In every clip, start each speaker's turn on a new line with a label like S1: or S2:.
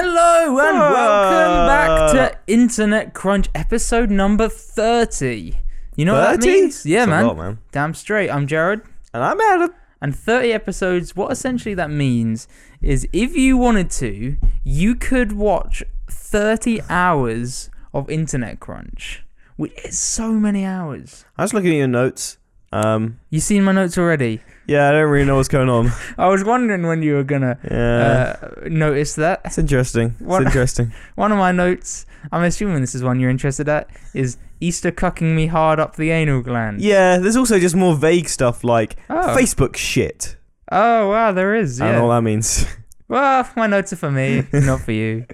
S1: Hello and welcome back to Internet Crunch episode number 30. You know what that
S2: 30?
S1: means? Yeah,
S2: That's a
S1: man.
S2: lot, man.
S1: Damn straight. I'm Jared.
S2: And I'm Adam.
S1: And 30 episodes, what essentially that means is if you wanted to, you could watch 30 hours of Internet Crunch, which is so many hours.
S2: I was looking at your notes. Um,
S1: You seen my notes already?
S2: yeah, I don't really know what's going on.
S1: I was wondering when you were gonna
S2: Yeah,
S1: uh, notice that.
S2: it's interesting.
S1: what-
S2: It's interesting.
S1: One of my notes, I'm assuming this is one you're interested at, is Easter cucking me hard up the anal gland.
S2: Yeah, there's also just more vague stuff like
S1: Oh.
S2: Facebook shit
S1: Oh wow, there is.
S2: and all
S1: Yeah.
S2: that means.
S1: Well, my notes are for me, not for you.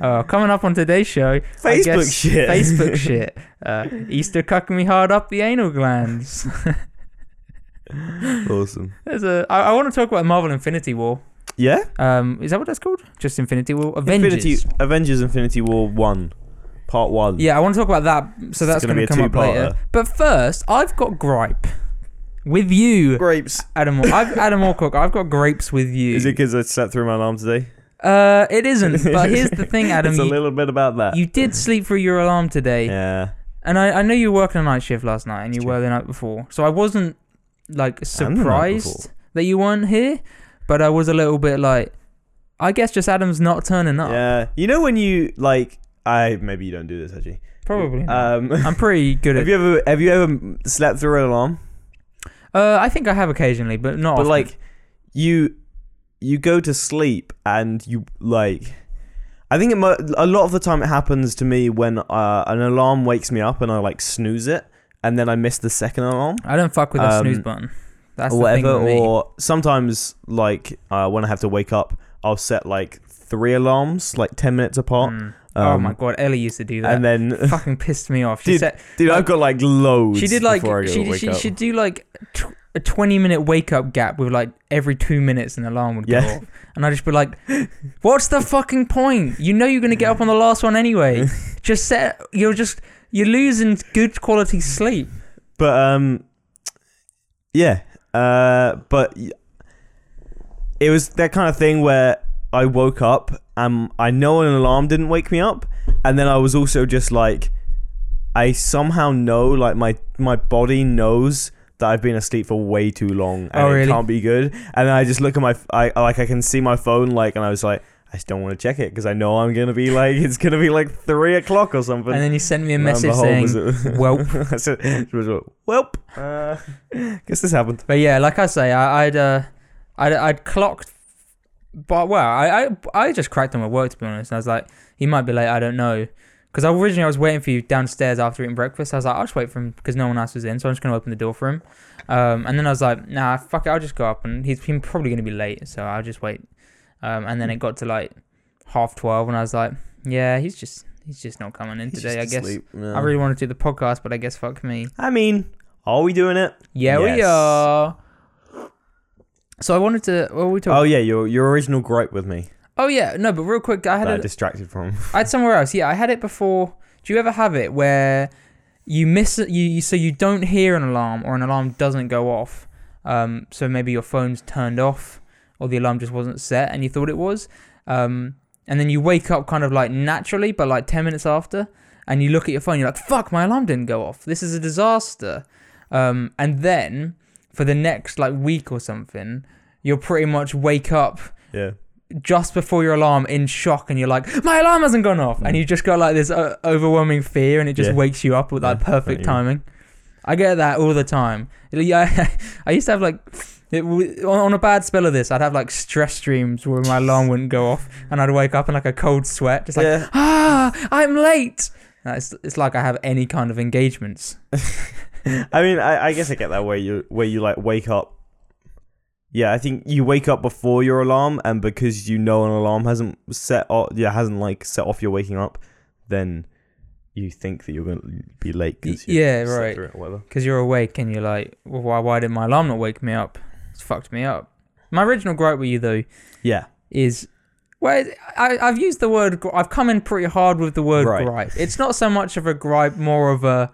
S1: Oh, coming up on today's show, I
S2: Facebook
S1: guess
S2: shit.
S1: Facebook shit. Uh, Easter cucking me hard up the anal glands.
S2: awesome.
S1: There's a. I, I want to talk about Marvel Infinity War.
S2: Yeah.
S1: Um, is that what that's called? Just Infinity War. Avengers.
S2: Infinity Avengers Infinity War one, part one.
S1: Yeah, I want to talk about that. So
S2: It's
S1: that's
S2: gonna
S1: going
S2: be
S1: to
S2: a
S1: come up later.
S2: two-parter.
S1: But first, I've got gripe with you,
S2: Grapes.
S1: Adam. I've Adam Alcock. I've got grapes with you.
S2: Is it because I sat through my alarm today?
S1: Uh, it isn't. But here's the thing, Adam.
S2: it's a
S1: you,
S2: little bit about that.
S1: you did sleep through your alarm today,
S2: yeah.
S1: and I, I know you were working a night shift last night, and you
S2: It's
S1: were
S2: true.
S1: the night before. So I wasn't like
S2: night
S1: surprised
S2: before.
S1: that you weren't here, but I was a little bit like, I guess just Adam's not turning up.
S2: Yeah. You know when you like I maybe you don't do this actually.
S1: Probably. not.
S2: Um,
S1: I'm pretty good at.
S2: have you ever have you ever slept through an alarm?
S1: uh, I think I have occasionally, but not.
S2: but
S1: often.
S2: like you you go to sleep and you like I think it mu- a lot of the time it happens to me when uh, an alarm wakes me up and I like snooze it and then I miss the second alarm
S1: I don't fuck with the snooze
S2: Um,
S1: button. That's
S2: or
S1: the thing
S2: whatever
S1: with me.
S2: or sometimes like uh, when I have to wake up I'll set like three alarms like 10 minutes apart
S1: Mm. oh
S2: um,
S1: my god, Ellie used to do that.
S2: and then
S1: fucking pissed me off. She
S2: Dude,
S1: said
S2: dude
S1: like-
S2: I've got like loads
S1: she did like
S2: before I go
S1: she
S2: wake
S1: she
S2: up.
S1: should do like tw- a twenty minute wake up gap with like every two minutes an alarm would go
S2: Yeah.
S1: off, and I'd just be like, "What's the fucking point? You know you're gonna get up on the last one anyway. Just set. You're just you're losing good quality sleep.
S2: But um, yeah. Uh, but y- it was that kind of thing where I woke up. Um, I know an alarm didn't wake me up, and then I was also just like, I somehow know, like my my body knows that I've been asleep for way too long, and
S1: Oh,
S2: it
S1: really?
S2: can't be good. And then I just look at my, f- I like I can see my phone, like, and I was like. I just don't want to check it because I know I'm gonna be like it's gonna be like three o'clock or something.
S1: and then you sent me a
S2: Lo and
S1: message
S2: behold, was
S1: saying,
S2: it-
S1: "Welp."
S2: I said- it was a Welp. Uh, guess this happened.
S1: But yeah, like I say, I, I'd, uh, I'd I'd clocked, but well, I, I I just cracked on my work to be honest. And I was like, he might be late. I don't know, because originally I was waiting for you downstairs after eating breakfast. I was like, I'll just wait for him because no one else was in, so I'm just gonna open the door for him. Um, and then I was like, nah, fuck it, I'll just go up, and he's, he's probably gonna be late, so I'll just wait. Um, and then it got to like half twelve, and I was like, yeah, he's just he's just not coming in today. I guess I really want to do the podcast, but I guess fuck me.
S2: I mean, are we doing it?
S1: Yeah, we
S2: Yes.
S1: are. So I wanted to. What were we
S2: Oh
S1: talking?
S2: yeah, your your original gripe with me
S1: Oh, yeah, no, but real quick, I
S2: that I
S1: had it.
S2: distracted from.
S1: I had somewhere else. Yeah, I had it before. Do you ever have it where you miss it? You, you so you don't hear an alarm or an alarm doesn't go off. Um, so maybe your phone's turned off or the alarm just wasn't set and you thought it was. Um, and then you wake up kind of like naturally, but like ten minutes after, and you look at your phone. You're like, "Fuck, my alarm didn't go off. This is a disaster." Um, and then for the next like week or something, you'll pretty much wake up
S2: Yeah.
S1: just before your alarm in shock and you're like my alarm hasn't gone off and you just got like this uh, overwhelming fear and it just
S2: Yeah.
S1: wakes you up with like
S2: Yeah,
S1: perfect
S2: yeah.
S1: timing i get that all the time yeah i used to have like it, w- on on a bad spell of this i'd have like stress dreams where my alarm wouldn't go off and i'd wake up in like a cold sweat just like
S2: yeah.
S1: ah i'm late Uh, it's, it's like i have any kind of engagements
S2: I mean, I, I guess I get that where you where you like wake up. Yeah, I think you wake up before your alarm, and because you know an alarm hasn't set off, yeah, hasn't like set off your waking up, then you think that you're going to be late. 'cause you
S1: Yeah,
S2: slept
S1: right.
S2: through it or whatever.
S1: because you're awake and you're like well, why, why did my alarm not wake me up it's fucked me up my original gripe with you though
S2: Yeah.
S1: is well, I, I've used the word. gri- I've come in pretty hard with the word
S2: Right.
S1: gripe. It's not so much of a gripe, more of a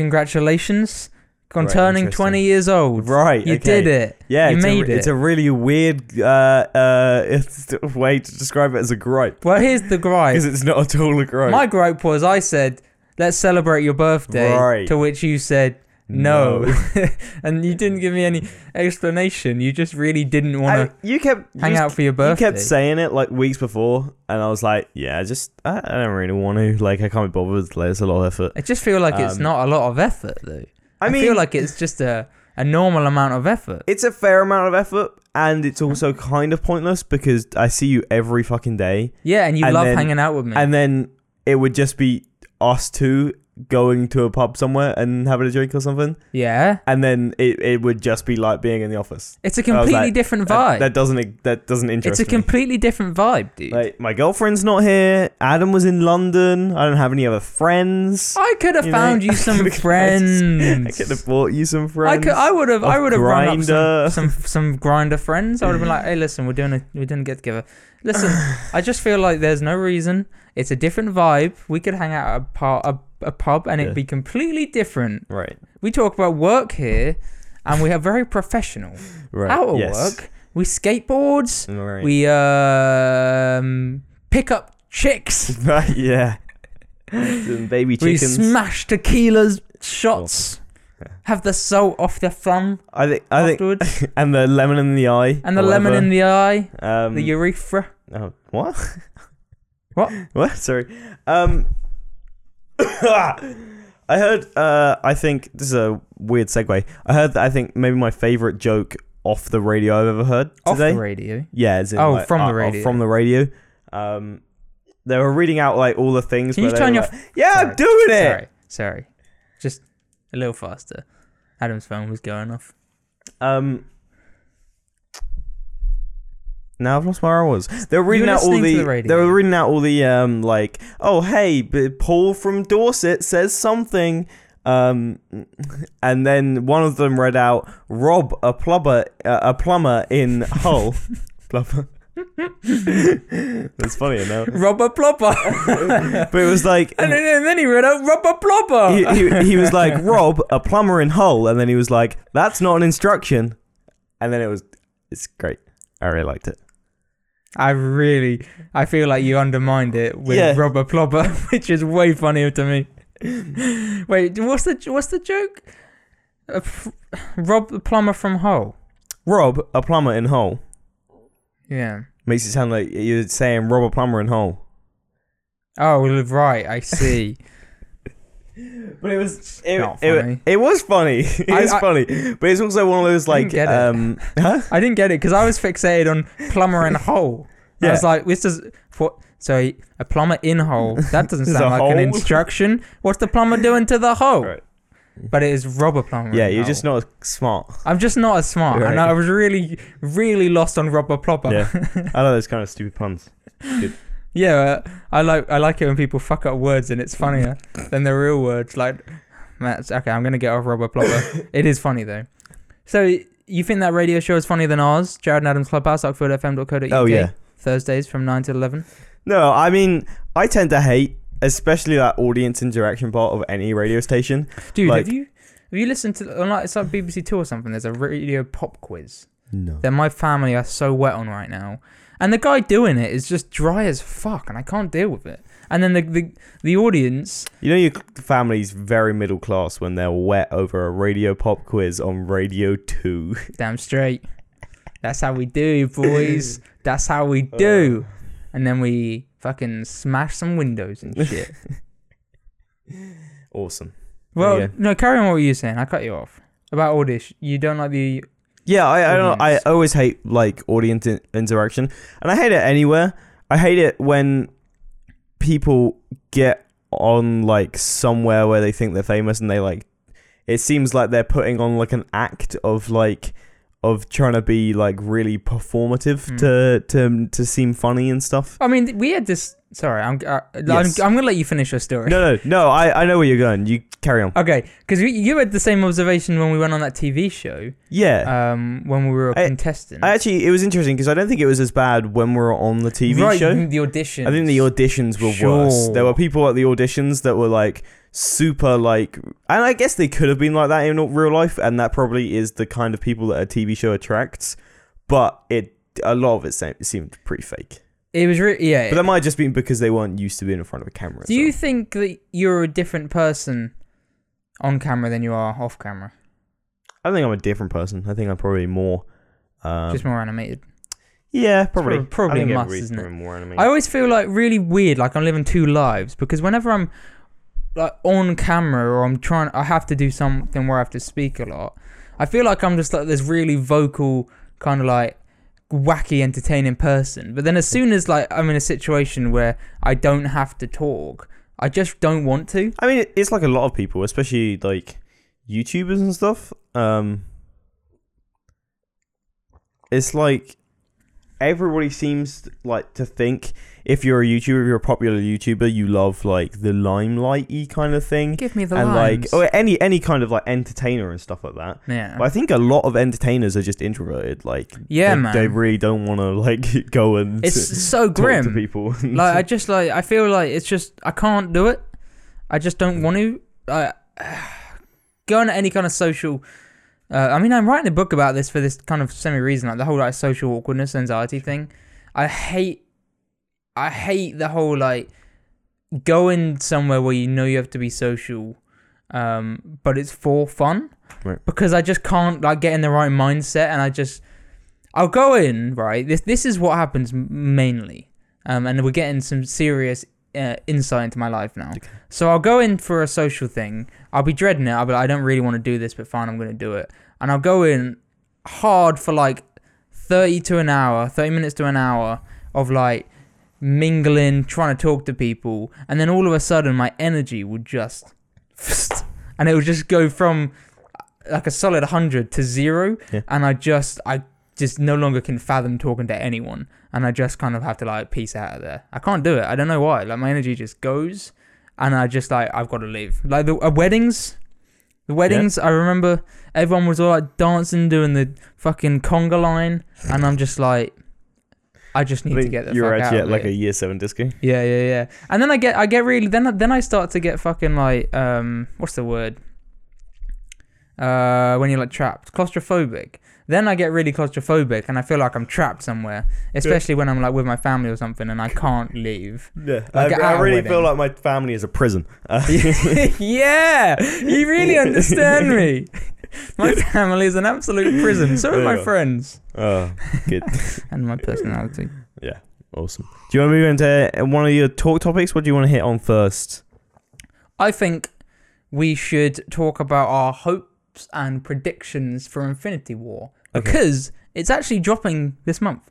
S1: congratulations. on
S2: Right,
S1: turning
S2: interesting.
S1: 20 years old.
S2: Right.
S1: You
S2: okay.
S1: did it.
S2: Yeah,
S1: You
S2: it's,
S1: made
S2: a,
S1: it.
S2: it's a really weird uh, uh, it's a way to describe it as a gripe
S1: Well, here's the gripe.
S2: because it's not at all a gripe.
S1: My gripe was I said, let's celebrate your birthday.
S2: Right.
S1: To which you said, no. and you didn't give me any explanation. You just really didn't
S2: I-
S1: want
S2: you kept
S1: to hang
S2: you,
S1: out for your
S2: You
S1: birthday.
S2: kept saying it like weeks before, and I was like, "Yeah, I just I, I don't really want to. Like, I can't be bothered. Like, it's a lot of effort.
S1: I just feel like it's
S2: Um,
S1: not a lot of effort, though.
S2: I, mean,
S1: feel like it's just a, a normal amount of effort.
S2: it's a fair amount of effort, and it's also kind of pointless because I see you every fucking day,
S1: Yeah, and you
S2: and
S1: love
S2: then-
S1: hanging out with me.
S2: and then it would just be us two going to a pub somewhere and having a drink or something,
S1: yeah,
S2: and then it, it would just be like being in the office.
S1: it's a
S2: I was
S1: completely
S2: like,
S1: different
S2: That,
S1: vibe.
S2: that doesn't that doesn't interest
S1: it's a
S2: me.
S1: completely different vibe, dude.
S2: like my girlfriend's not here. Adam was in London. I don't have any other friends.
S1: I could have
S2: you know,
S1: found you
S2: I
S1: some
S2: could've- I
S1: friends.
S2: could have bought you some
S1: I
S2: friends.
S1: could. I would have. I
S2: Off
S1: would have run up some,
S2: Grindr.
S1: some some grinder friends. I would have been like, "Hey, listen, we're doing a we didn't get together. Listen, I just feel like there's no reason. It's a different vibe. We could hang out at a, par, a, a pub and it'd
S2: Yeah.
S1: be completely different.
S2: Right,
S1: We talk about work here, and we are very professional.
S2: right.
S1: Out of
S2: yes.
S1: work, we skateboards.
S2: Right.
S1: We um pick up chicks.
S2: right, yeah. Some
S1: We
S2: baby chickens.
S1: smash tequilas, shots. Have the salt off the thumb
S2: I think. I think.
S1: afterwards.
S2: And the lemon in the eye.
S1: and the lemon in the eye,
S2: the. Um,
S1: the urethra.
S2: oh, what?
S1: What?
S2: what? Sorry. Um. I heard. Uh, I think this is a weird segue. I heard that I think maybe my favorite joke off the radio I've ever heard
S1: Off
S2: today.
S1: the radio.
S2: Yeah, as in,
S1: Oh,
S2: like,
S1: from the
S2: uh, uh,
S1: radio.
S2: From the radio. Um, they were reading out like all the things.
S1: Can you
S2: where they
S1: turn
S2: were
S1: your
S2: like, yeah,
S1: Sorry.
S2: I'm doing it.
S1: Sorry, sorry. Just a little faster. Adam's phone was going off.
S2: Um. Now I've lost where I was. They were reading
S1: were
S2: out all
S1: listening to
S2: the.
S1: the radio.
S2: they were reading out all the um like oh hey b- Paul from Dorset says something um and then one of them read out Rob a plumber uh, a plumber in Hull plumber. That's funny enough.
S1: Rubber plopper.
S2: But it was like
S1: and, then, and then he read out rubber plopper.
S2: he, he, he was like, Rob, a plumber in Hull. And then he was like, that's not an instruction. And then it was, it's great. I really liked it.
S1: I really, I feel like you undermined it with
S2: Yeah.
S1: rubber plopper, which is way funnier to me. Wait, what's the what's the joke? Uh, f- Rob the plumber from Hull.
S2: Rob, a plumber in Hull.
S1: Yeah.
S2: Makes it sound like you're saying Rob, a plumber in Hull.
S1: Oh right, I see.
S2: But it was, it,
S1: Not
S2: it,
S1: funny.
S2: it was funny. It
S1: I-
S2: was
S1: I-
S2: funny. But it's also one of those like,
S1: get it.
S2: um, huh?
S1: I didn't get it because I was fixated on plumber in hole. I was
S2: Yeah.
S1: like, this is what. So a plumber in hole. That doesn't
S2: There's
S1: sound
S2: a
S1: like an
S2: hole?
S1: instruction. What's the plumber doing to the hole?
S2: Right.
S1: But it is rubber plumber.
S2: Yeah,
S1: in
S2: you're
S1: hole.
S2: just not smart.
S1: I'm just not as smart, and
S2: Right.
S1: I was really, really lost on rubber plopper.
S2: Yeah. I know those kind of stupid puns.
S1: Yeah, uh, I like I like it when people fuck up words and it's funnier than the real words. Like, that's okay. I'm gonna get off rubber plopper. it is funny though. So you think that radio show is funnier than ours? Jared and Adams Clubhouse, oxfordfm.co.uk.
S2: Oh, yeah.
S1: Thursdays from nine to eleven.
S2: No, I mean, I tend to hate, especially that audience interaction part of any radio station.
S1: Dude,
S2: Like-
S1: have you have you listened to on like it's like BBC Two or something? There's a radio pop quiz
S2: No.
S1: that my family are so wet on right now, and the guy doing it is just dry as fuck, and I can't deal with it. And then the the, the audience,
S2: You know your family's very middle class when they're wet over a radio pop quiz on Radio 2.
S1: damn straight. That's how we do, boys. That's how we do.
S2: Uh.
S1: And then we fucking smash some windows and shit.
S2: Awesome.
S1: well,
S2: Yeah.
S1: no, carry on what you were saying. I cut you off about all this. You don't like the
S2: Yeah, I I, don't, I
S1: Audience.
S2: always hate like audience in- interaction and I hate it anywhere. I hate it when people get on like somewhere where they think they're famous and they like it seems like they're putting on like an act of like of trying to be like really performative
S1: Mm.
S2: to to to seem funny and stuff.
S1: I mean, we had this Sorry, I'm uh,
S2: Yes.
S1: I'm, I'm gonna let you finish your story.
S2: No, no, no. I, I know where you're going. You carry on.
S1: Okay, because you, you had the same observation when we went on that TV show,
S2: Yeah.
S1: um, when we were a
S2: I-
S1: contestant.
S2: I actually, it was interesting because I don't think it was as bad when we were on the TV
S1: right,
S2: show.
S1: The audition.
S2: I think the auditions were worse.
S1: Sure.
S2: There were people at the auditions that were like super like, and I guess they could have been like that in real life, and that probably is the kind of people that a TV show attracts. But it a lot of it seemed, it seemed pretty fake.
S1: It was re- yeah.
S2: But that might have just been because they weren't used to being in front of a camera.
S1: Do
S2: so-
S1: you think that you're a different person on camera than you are off camera?
S2: I don't think I'm a different person. I think I'm probably more. Um,
S1: Just more animated.
S2: yeah, probably.
S1: prob- probably
S2: I think
S1: a must,
S2: everybody's
S1: isn't it?
S2: probably More animated.
S1: I always feel like really weird, like I'm living two lives because whenever I'm like on camera or I'm trying, I have to do something where I have to speak a lot. I feel like I'm just like this really vocal, kind of like wacky, entertaining person. But then as soon as like I'm in a situation where I don't have to talk, I just don't want to.
S2: I mean, it- it's like a lot of people, especially like YouTubers and stuff. Um, it's like everybody seems like to think if you're a YouTuber, if you're a popular YouTuber, you love like the limelight-y kind of thing,
S1: Give me the
S2: and
S1: lines.
S2: like oh, or any any kind of like entertainer and stuff like that.
S1: yeah,
S2: But I think a lot of entertainers are just introverted. Like,
S1: yeah,
S2: they,
S1: man.
S2: they really don't want to like go and
S1: it's
S2: t-
S1: so
S2: talk to
S1: grim.
S2: people.
S1: like I just like I feel like it's just I can't do it. I just don't want to. I going to any kind of social. Uh, I mean, I'm writing a book about this for this kind of semi reason, like the whole like social awkwardness, anxiety thing. I hate, I hate the whole like going somewhere where you know you have to be social, um, but it's for fun.
S2: Right.
S1: Because I just can't like get in the right mindset, and I just I'll go in right. This this is what happens m- mainly, um, and we're getting some serious uh, insight into my life now.
S2: Okay.
S1: So I'll go in for a social thing. I'll be dreading it. I'll be like, I don't really want to do this, but fine, I'm going to do it. And I'll go in hard for like thirty to an hour, thirty minutes to an hour of like mingling, trying to talk to people, and then all of a sudden my energy would just, and it would just go from uh, like a solid hundred to zero,
S2: Yeah.
S1: and I just I just no longer can fathom talking to anyone, and I just kind of have to like peace out of there. I can't do it. I don't know why. Like my energy just goes, and I just like I've got to leave. Like the uh, weddings. The weddings, I remember everyone was all like dancing, doing the fucking conga line, and I'm just like, I just need
S2: I
S1: to
S2: think
S1: get the
S2: you're
S1: fuck
S2: actually
S1: out.
S2: at like
S1: here.
S2: a year seven disco.
S1: Yeah, yeah, yeah. And then I get, I get really, then, then I start to get fucking like, um, what's the word? Uh, when you're like trapped, claustrophobic. Then I get really claustrophobic, and I feel like I'm trapped somewhere, especially when I'm like with my family or something, and I can't leave.
S2: Yeah,
S1: Like
S2: I, I
S1: our
S2: really
S1: wedding.
S2: feel like my family is a prison. Uh,
S1: yeah, you really understand me. My family is an absolute prison. So are
S2: There
S1: my
S2: you are.
S1: friends
S2: oh, good.
S1: and my personality.
S2: Yeah, awesome. Do you want to move into one of your talk topics? What do you want to hit on first?
S1: I think we should talk about our hopes and predictions for Infinity War
S2: Okay.
S1: because it's actually dropping this month.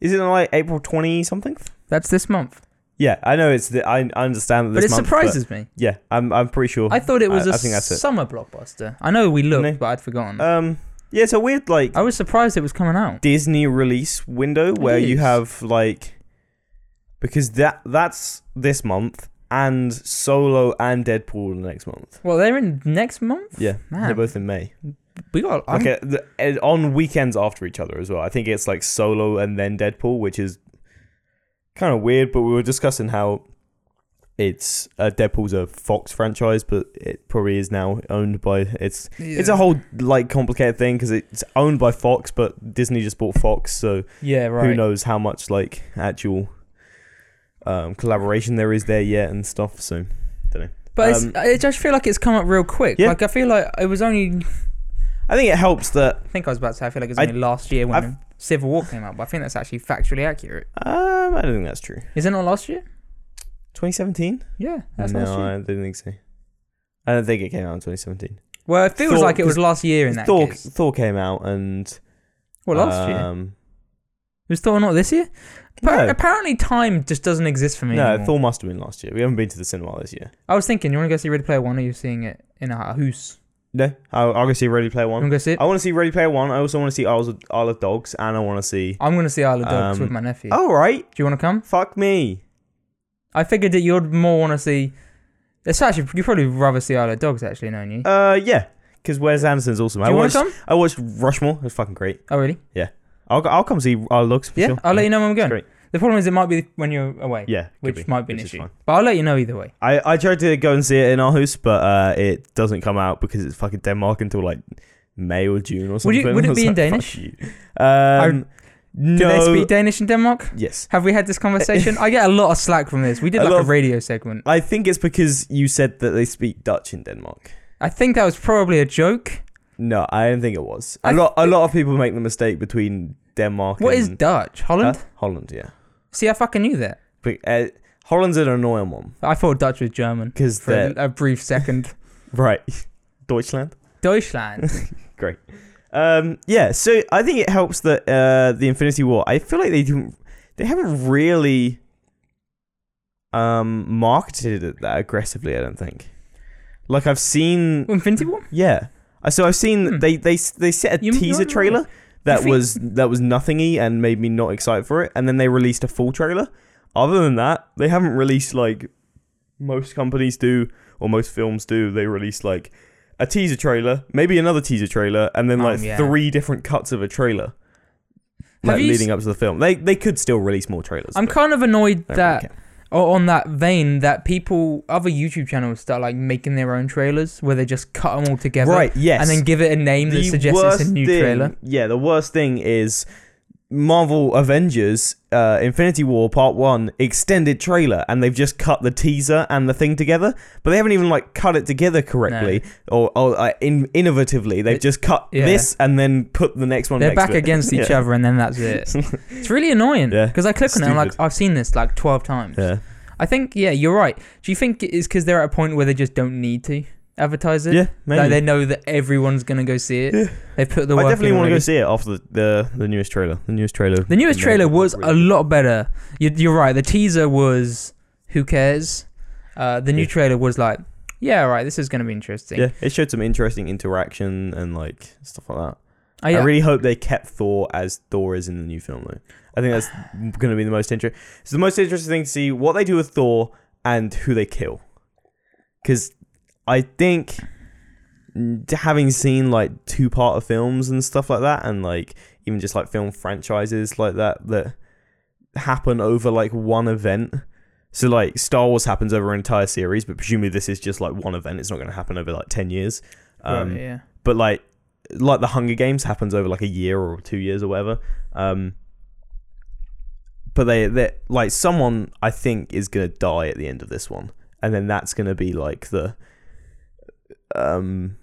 S2: Is it like April twenty something?
S1: That's this month,
S2: Yeah, I know it's. The, I I understand that
S1: but
S2: this
S1: it
S2: month,
S1: surprises me.
S2: yeah, I'm I'm pretty sure.
S1: I thought it was a
S2: I- I think that's it.
S1: summer blockbuster. I know we looked,
S2: Really?
S1: but I'd forgotten.
S2: um, yeah, it's a weird like
S1: I was surprised it was coming out.
S2: Disney release window where you
S1: is.
S2: have like because that that's this month and Solo and Deadpool next month.
S1: Well, they're in next month.
S2: Yeah,
S1: Man.
S2: they're both in May.
S1: We got I'm-
S2: Okay, the, and on weekends after each other as well. I think it's like Solo and then Deadpool, which is kind of weird. But we were discussing how it's uh, Deadpool's a Fox franchise, but it probably is now owned by it's it's a
S1: Yeah.
S2: whole like complicated thing because it's owned by Fox, but Disney just bought Fox, so
S1: yeah right.
S2: who knows how much like actual um, collaboration there is there yet and stuff. So
S1: But
S2: Um,
S1: it's, I just feel like it's come up real quick.
S2: Yeah.
S1: Like I feel like it was only.
S2: I think it helps that
S1: I think I was about to say I feel like it was
S2: I-
S1: only last year when
S2: I've-
S1: Civil War came out, but I think that's actually factually accurate.
S2: um, I don't think that's true.
S1: Is it not last year?
S2: 2017.
S1: Yeah, that's last
S2: no,
S1: year.
S2: I didn't think so. I don't think it came out in 2017.
S1: Well, it feels
S2: Thor-
S1: like it was last year in that
S2: Thor,
S1: case.
S2: Thor came out and
S1: Well, last year
S2: um,
S1: was Thor not this year? Appar-
S2: No.
S1: Apparently, time just doesn't exist for me.
S2: no,
S1: anymore.
S2: Thor must have been last year. We haven't been to the cinema this year.
S1: I was thinking, you want to go see Ready Player One, or you seeing it in a house?
S2: No, I'll, I'll go see Ready Player
S1: You
S2: One.
S1: want to go see it?
S2: I want to see Ready Player One. I also want to see Isle of, Isle of Dogs, and I want to see.
S1: Oh, I'm going to see Isle of Dogs
S2: Um,
S1: with my nephew.
S2: All right,
S1: Do you want to come?
S2: fuck me.
S1: I figured that you'd more want to see. It's actually you probably rather see Isle of Dogs actually, don't you?
S2: Uh, yeah, because Wes Anderson's awesome.
S1: Do
S2: I
S1: you want
S2: watched.
S1: to come?
S2: I watched Rushmore. It was fucking great.
S1: Oh really?
S2: I'll I'll come see our looks for
S1: Yeah,
S2: sure.
S1: I'll let you know when we're going.
S2: great.
S1: The problem is it might be when you're away,
S2: Yeah, could
S1: which
S2: be,
S1: might be an
S2: which is
S1: issue.
S2: fine.
S1: But I'll let you know either way.
S2: I, I tried to go and see it in our house, but uh, it doesn't come out because it's fucking Denmark until like May or June or
S1: Would you-
S2: something.
S1: would it
S2: I was
S1: be in
S2: like, fuck
S1: Danish?
S2: you. Um, no.
S1: Do they speak Danish in Denmark?
S2: yes.
S1: Have we had this conversation? I get a lot of slack from this. We did
S2: A
S1: like
S2: lot
S1: a
S2: of-
S1: radio segment.
S2: I think it's because you said that they speak Dutch in Denmark.
S1: I think that was probably a joke.
S2: No, I don't think it was. A
S1: I
S2: lot a lot of people make the mistake between Denmark
S1: What is
S2: and
S1: Dutch? Holland?
S2: Huh? Holland, yeah.
S1: See, I fucking knew that.
S2: But, uh, Holland's an annoying one
S1: I thought Dutch was German
S2: because
S1: for
S2: they're
S1: a, a brief second.
S2: right. Deutschland.
S1: Deutschland.
S2: Um, yeah, so I think it helps that uh, the Infinity War. I feel like they didn't, they haven't really um, marketed it that aggressively. I don't think. Like I've seen,
S1: Infinity War?
S2: yeah. Uh, So I've seen
S1: Hmm.
S2: they they they set a
S1: You- you
S2: teaser
S1: might be
S2: trailer
S1: right.
S2: that
S1: think-
S2: was that was nothingy and made me not excited for it, and then they released a full trailer. Other than that, they haven't released like most companies do or most films do. They release like a teaser trailer, maybe another teaser trailer, and then
S1: Um,
S2: like
S1: yeah.
S2: three different cuts of a trailer. Like
S1: you s-
S2: leading up to the film, they they could still release more trailers.
S1: I'm
S2: but
S1: kind of annoyed
S2: I don't really
S1: that,
S2: care.
S1: or on that vein, that people, other YouTube channels start like making their own trailers where they just cut them all together.
S2: right, yes,
S1: And then give it a name that suggests it's a new
S2: thing,
S1: trailer.
S2: Yeah, the worst thing is Marvel Avengers uh, Infinity War Part 1 extended trailer and they've just cut the teaser and the thing together, but they haven't even like cut it together correctly or, or uh, in- innovatively. They've
S1: It-
S2: just cut
S1: yeah.
S2: this and then put the next one
S1: They're
S2: next
S1: back
S2: to it.
S1: against each
S2: Yeah.
S1: other, and then that's it. it's really annoying
S2: Yeah,
S1: because I click on it. I'm like,
S2: stupid.
S1: I've seen this like 12 times.
S2: Yeah.
S1: I think, yeah, you're right. Do you think it's because they're at a point where they just don't need to advertise it?
S2: Yeah, maybe.
S1: Like they know that everyone's gonna go see it.
S2: Yeah.
S1: They put the
S2: I
S1: work.
S2: definitely want to
S1: to
S2: go see it after the, the, the newest trailer. The newest trailer.
S1: The newest
S2: made
S1: trailer
S2: it
S1: was a
S2: really good.
S1: lot better. You're, you're right. The teaser was who cares. Uh, the new
S2: Yeah.
S1: trailer was like, yeah, all right, this is gonna be interesting.
S2: Yeah, it showed some interesting interaction and like stuff like that.
S1: I, Oh, yeah,
S2: I really hope they kept Thor as Thor is in the new film, though. I think that's going to be the most interesting. It's the most interesting thing to see what they do with Thor and who they kill, because I think mm, having seen like two part of films and stuff like that, and like even just like film franchises like that that happen over like one event. So like Star Wars happens over an entire series, but presumably this is just like one event. It's not going to happen over like ten years. Um,
S1: right, yeah.
S2: but like like the Hunger Games happens over like a year or two years or whatever. Um, but they they like someone I think is gonna die at the end of this one, and then that's gonna be like the um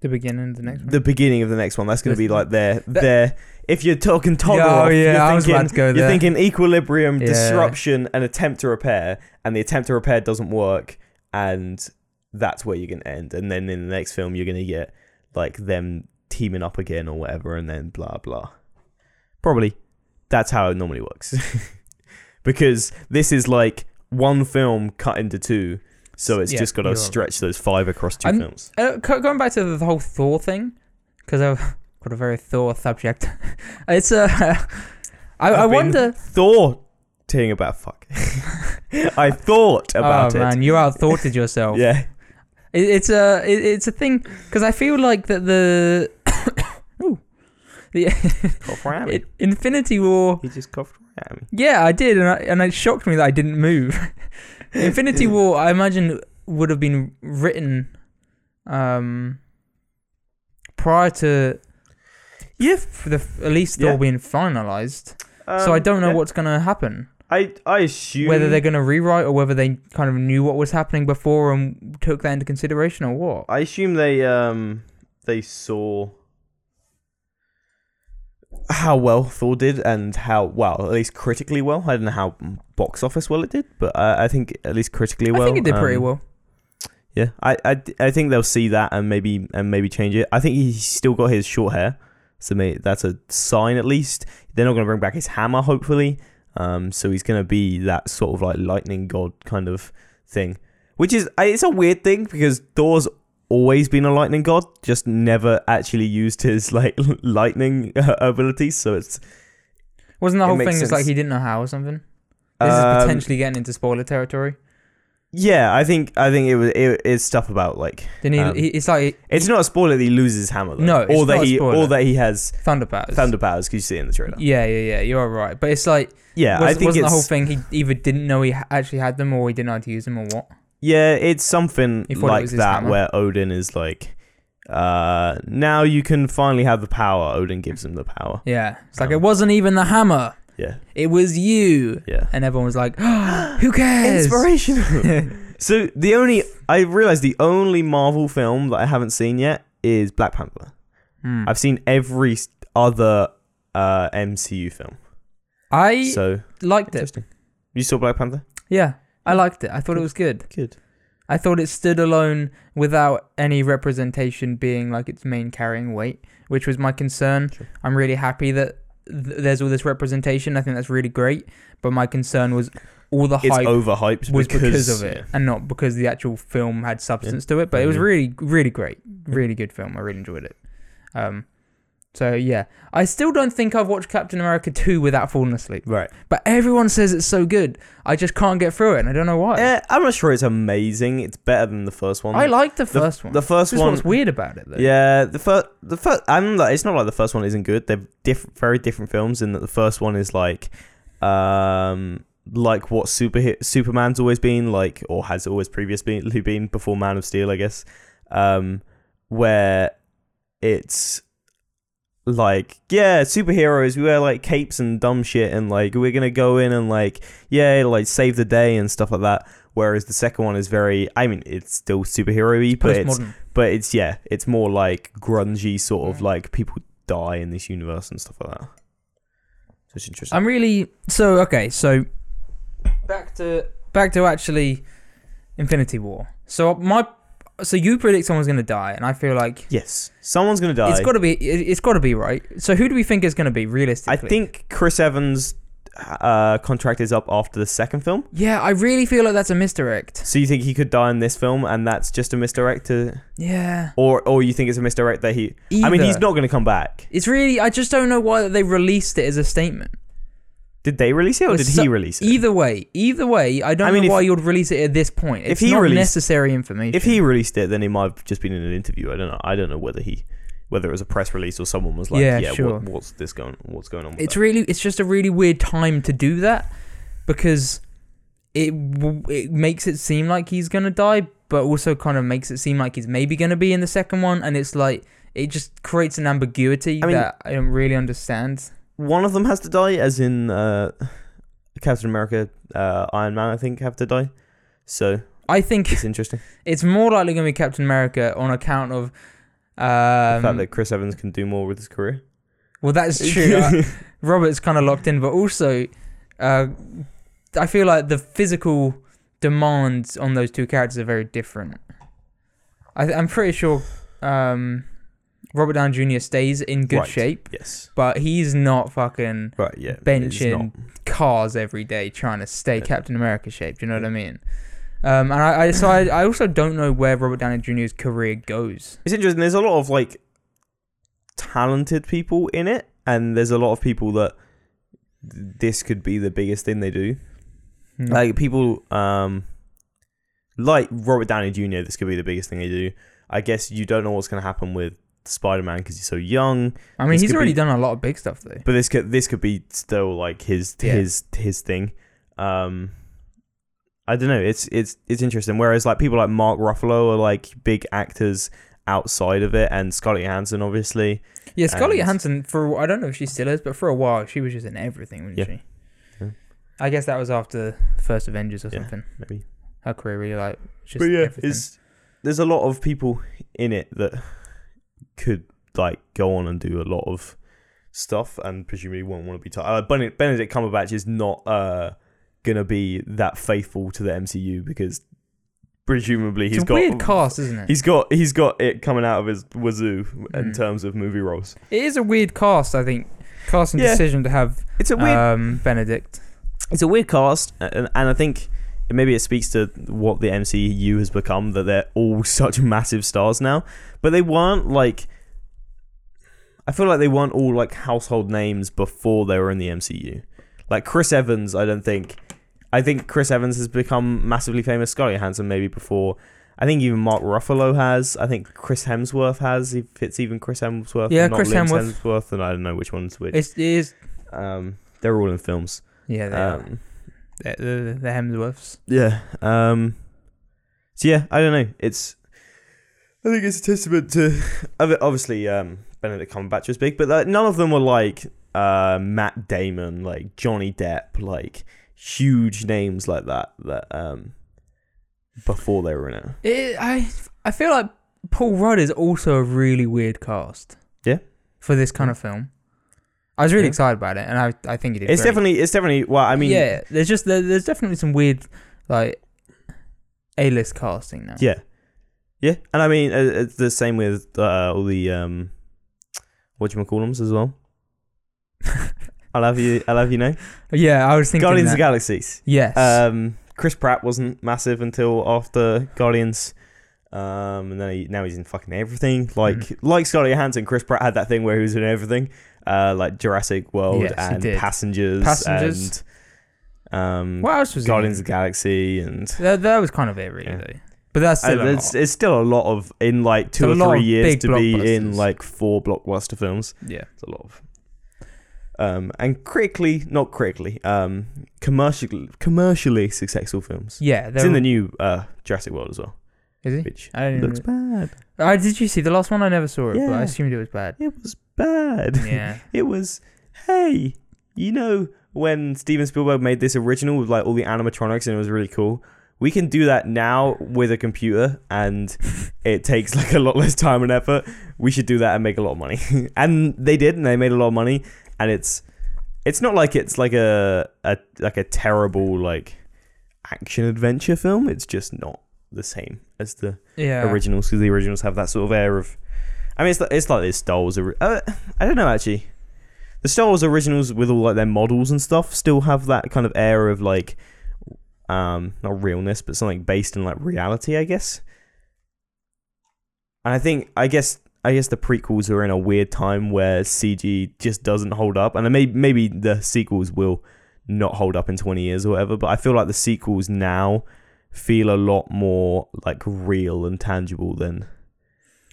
S1: The beginning of the next one.
S2: the beginning of the next one. That's gonna be like their
S1: That-
S2: their if you're talking toggle,
S1: Yeah, oh,
S2: off,
S1: yeah, I
S2: you're
S1: was
S2: thinking,
S1: about to go
S2: you're
S1: there.
S2: thinking equilibrium,
S1: Yeah.
S2: disruption, and attempt to repair, and the attempt to repair doesn't work, and that's where you're gonna end. And then in the next film, you're gonna get like them teaming up again or whatever, and then blah blah. Probably that's how it normally works, because this is like one film cut into two, so it's
S1: Yeah,
S2: just got
S1: you're
S2: to
S1: right.
S2: stretch those five across 2
S1: I'm-
S2: films.
S1: Uh, co- going back to the whole Thor thing, because I've got a very Thor subject. it's a. I, I
S2: I've been
S1: wonder.
S2: thoughting about fuck. I thought about
S1: oh
S2: it.
S1: man, you outthoughted yourself.
S2: Yeah,
S1: It, it's a it, it's a thing because I feel like that the ooh, the
S2: cough right at me.
S1: it, Infinity War.
S2: he just coughed right at me.
S1: Yeah, I did, and I, and it shocked me that I didn't move. Infinity War, I imagine, would have been written um prior to yeah for the at least
S2: Yeah. Um,
S1: Thor being finalized. so I don't know what's gonna happen.
S2: I I assume
S1: Whether they're gonna rewrite or whether they kind of knew what was happening before and took that into consideration or what.
S2: I assume they um they saw how well Thor did and how well at least critically well. I don't know how box office well it did, but uh, I think at least critically well.
S1: I think it did pretty
S2: um,
S1: well.
S2: Yeah, I, I, I think they'll see that and maybe and maybe change it. I think he's still got his short hair, so may that's a sign at least. They're not going to bring back his hammer, hopefully. Um, so he's going to be that sort of like lightning god kind of thing, which is I- it's a weird thing because Thor's always been a lightning god, just never actually used his like lightning uh, abilities. So it's
S1: Wasn't the
S2: it
S1: whole
S2: makes
S1: thing just like
S2: sense.
S1: he didn't know how or something? This is
S2: Um,
S1: potentially getting into spoiler territory.
S2: Yeah, I think I think it was it is stuff about like
S1: Then he,
S2: um,
S1: he it's like
S2: it's not a spoiler that he loses his hammer though,
S1: No, it's
S2: or that
S1: not a
S2: he
S1: spoiler.
S2: or that he has
S1: thunder powers.
S2: thunder powers because you see it in the trailer.
S1: Yeah, yeah, yeah. You're right, but it's like
S2: Yeah,
S1: was,
S2: I think
S1: wasn't
S2: it's
S1: the whole thing he either didn't know he ha- actually had them or he didn't know how to use them or what.
S2: yeah, it's something
S1: He thought it
S2: like
S1: was his
S2: that
S1: hammer.
S2: where Odin is like, uh, now you can finally have the power. Odin gives him the power.
S1: Yeah, it's like
S2: Um,
S1: it wasn't even the hammer.
S2: Yeah,
S1: It was you.
S2: yeah.
S1: And everyone was like, "Who cares?"
S2: Inspirational. so the only I realized the only Marvel film that I haven't seen yet is Black Panther.
S1: Hmm.
S2: I've seen every s- other uh, MCU film.
S1: I
S2: So
S1: liked it.
S2: interesting. You saw Black Panther?
S1: Yeah, I liked it. I thought it was good.
S2: Good.
S1: I thought it stood alone without any representation being like its main carrying weight, which was my concern.
S2: Sure.
S1: I'm really happy that th- there's all this representation. I think that's really great. But my concern was all the
S2: It's
S1: hype
S2: overhyped
S1: was
S2: because,
S1: because, of it and not because the actual film had substance to it. But it was
S2: Mhm.
S1: really, really great. Really good film. I really enjoyed it. Um, so yeah, I still don't think I've watched Captain America 2 without falling asleep.
S2: Right.
S1: But everyone says it's so good. I just can't get through it, and I don't know why.
S2: Eh, I'm not sure it's amazing. It's better than the first one.
S1: I like the first one.
S2: the first
S1: This is
S2: one.
S1: what's weird about it, though.
S2: Yeah, the first, the first. I'm like, it's not like the first one isn't good. They're diff- very different films in that the first one is like, um, like what super Superman's always been like, or has always previously been, been before Man of Steel, I guess. Um, where it's like, yeah, superheroes. We wear like capes and dumb shit, and like we're gonna go in and like, yeah, like save the day and stuff like that. Whereas the second one is very, I mean, it's still superhero-y, but it's
S1: Postmodern.
S2: but it's yeah, it's more like grungy sort of
S1: Mm.
S2: like people die in this universe and stuff like that. So it's interesting.
S1: I'm really so okay. So back to back to actually Infinity War. So my so you predict someone's gonna die, and I feel like
S2: yes, someone's gonna die.
S1: it's got to be it, it's got to be right. So who do we think is gonna be
S2: I
S1: realistically?
S2: think Chris Evans' uh, contract is up after the second film,
S1: yeah, I really feel like that's a misdirect.
S2: so you think he could die in this film, and that's just a misdirect to,
S1: Yeah,
S2: or or you think it's a misdirect that he? I mean,
S1: Either.
S2: he's not gonna come back.
S1: It's really I just don't know why they released it as a statement.
S2: Did they release it or
S1: Well,
S2: did
S1: so-
S2: he release it?
S1: Either way, either way, I don't
S2: I mean,
S1: know
S2: if-
S1: why you'd release it at this point.
S2: if
S1: It's
S2: he
S1: not
S2: released-
S1: necessary information.
S2: if he released it, then he might have just been in an interview. I don't know. I don't know whether he, whether it was a press release or someone was like,
S1: Yeah,
S2: yeah,
S1: sure.
S2: what, what's this going? What's going on? With
S1: it's
S2: that?
S1: really it's just a really weird time to do that because it w- it makes it seem like he's gonna die but also kind of makes it seem like he's maybe gonna be in the second one and it's like it just creates an ambiguity
S2: I mean-
S1: that i don't really understand
S2: one of them has to die, as in uh, Captain America, uh, Iron Man, I think, have to die. So
S1: i think
S2: it's interesting.
S1: it's more likely gonna be captain america on account of
S2: the fact that
S1: um,
S2: Chris Evans can do more with his career.
S1: well that's true Uh, Robert's kind of locked in, but also, uh, I feel like the physical demands on those two characters are very different. I th- I'm pretty sure um, Robert Down Jr. stays in good
S2: Right.
S1: shape,
S2: yes.
S1: but he's not fucking
S2: Right. Yeah. it's
S1: Benching.
S2: not-
S1: cars every day trying to stay
S2: Yeah.
S1: Captain America shape. Do you know what I
S2: Yeah.
S1: mean? Um, and I, I so I, I also don't know where Robert Downey Jr.'s career goes.
S2: It's interesting. There's a lot of like talented people in it, and there's a lot of people that th- this could be the biggest thing they do.
S1: Hmm.
S2: Like people, um, like Robert Downey Jr. This could be the biggest thing they do. I guess you don't know what's going to happen with Spider-Man because he's so young.
S1: I mean,
S2: this
S1: he's
S2: could
S1: already
S2: be-
S1: done a lot of big stuff though.
S2: But this could this could be still like his
S1: Yeah.
S2: his his thing. Um I don't know. It's it's it's interesting. Whereas like people like Mark Ruffalo are like big actors outside of it, and Scarlett Johansson obviously.
S1: Yeah, Scarlett
S2: And-
S1: Johansson for I don't know if she still is, but for a while she was just in everything, wasn't
S2: Yeah.
S1: she?
S2: Yeah.
S1: I guess that was after the first Avengers or
S2: Yeah.
S1: something.
S2: Maybe.
S1: Her career really like just
S2: But yeah,
S1: everything.
S2: it's there's a lot of people in it that could like go on and do a lot of stuff, and presumably won't want to be tired. Uh, Bene- Benedict Cumberbatch is not uh gonna be that faithful to the MCU because presumably
S1: It's
S2: he's
S1: a
S2: got
S1: weird cast, isn't it?
S2: He's got he's got it coming out of his wazoo in
S1: Mm.
S2: terms of movie roles.
S1: It is a weird cast, I think. Casting
S2: Yeah.
S1: decision to have
S2: It's a weird
S1: um, Benedict.
S2: it's a weird cast, and, and I think maybe it speaks to what the MCU has become that they're all such massive stars now, but they weren't like. I feel like they weren't all like household names before they were in the MCU. Like Chris Evans, I don't think I think Chris Evans has become massively famous. Scarlett Johansson maybe before. I think even Mark Ruffalo has. I think Chris Hemsworth has. If it's even Chris Hemsworth,
S1: Yeah,
S2: and not
S1: Chris
S2: Liam
S1: Hemsworth.
S2: Hemsworth, and I don't know which one's which.
S1: It's it is
S2: Um, they're all in films.
S1: yeah, they are.
S2: Um,
S1: They're- they're the Hemsworths.
S2: yeah. Um, so yeah, I don't know. It's. I think it's a testament to ob- obviously um, Benedict Cumberbatch was big, but like, none of them were like uh, Matt Damon, like Johnny Depp, like huge names like that. That um, before they were in it.
S1: It, I I feel like Paul Rudd is also a really weird cast.
S2: Yeah.
S1: For this kind of film, I was really
S2: Yeah.
S1: excited about it, and I I think he did.
S2: It's
S1: great.
S2: definitely, it's definitely. Well, I mean,
S1: yeah, there's just there, there's definitely some weird like A list casting now.
S2: Yeah, yeah, and I mean uh, it's the same with uh, all the um, what you call as well. I love you. I love you. Know
S1: yeah, I was thinking
S2: Guardians
S1: that.
S2: of Galaxies.
S1: Yes.
S2: Um, Chris Pratt wasn't massive until after Guardians. Um, and then he, now he's in fucking everything.
S1: Mm-hmm.
S2: Like like Scarlett Johansson, Chris Pratt had that thing where he was in everything, uh, like Jurassic World
S1: Yes, he
S2: and
S1: did.
S2: Passengers,
S1: Passengers.
S2: and um,
S1: what else was he
S2: Guardians
S1: in?
S2: of the Galaxy and uh,
S1: That, that was kind of it, really.
S2: Yeah.
S1: Though. But that's still
S2: Uh,
S1: a lot.
S2: it's, it's still a lot of in like two
S1: It's a
S2: or
S1: lot
S2: three
S1: of
S2: years
S1: big
S2: to be in
S1: blockbusters.
S2: like four blockbuster films.
S1: yeah.
S2: It's a lot of, um, and critically, not critically, um, commercially, commercially successful films.
S1: Yeah.
S2: It's in the new uh, Jurassic World as well,
S1: Is he?
S2: which
S1: I don't
S2: looks
S1: even,
S2: bad.
S1: uh, did you see the last one? I never saw it, but
S2: Yeah.
S1: I assumed it was bad.
S2: It was bad.
S1: Yeah.
S2: It was hey, you know when Steven Spielberg made this original with like all the animatronics and it was really cool. We can do that now with a computer and it takes like a lot less time and effort. We should do that and make a lot of money. and they did and they made a lot of money and it's it's not like it's like a, a like a terrible like action adventure film. It's just not the same as the
S1: yeah.
S2: originals because the originals have that sort of air of. I mean, it's like, it's like the Star Wars. ori- Uh, I don't know actually. The Star Wars originals with all like their models and stuff still have that kind of air of like, um, not realness, but something based in like reality, I guess. And I think I guess I guess the prequels are in a weird time where CG just doesn't hold up, and maybe maybe the sequels will not hold up in twenty years or whatever. But I feel like the sequels now feel a lot more like real and tangible than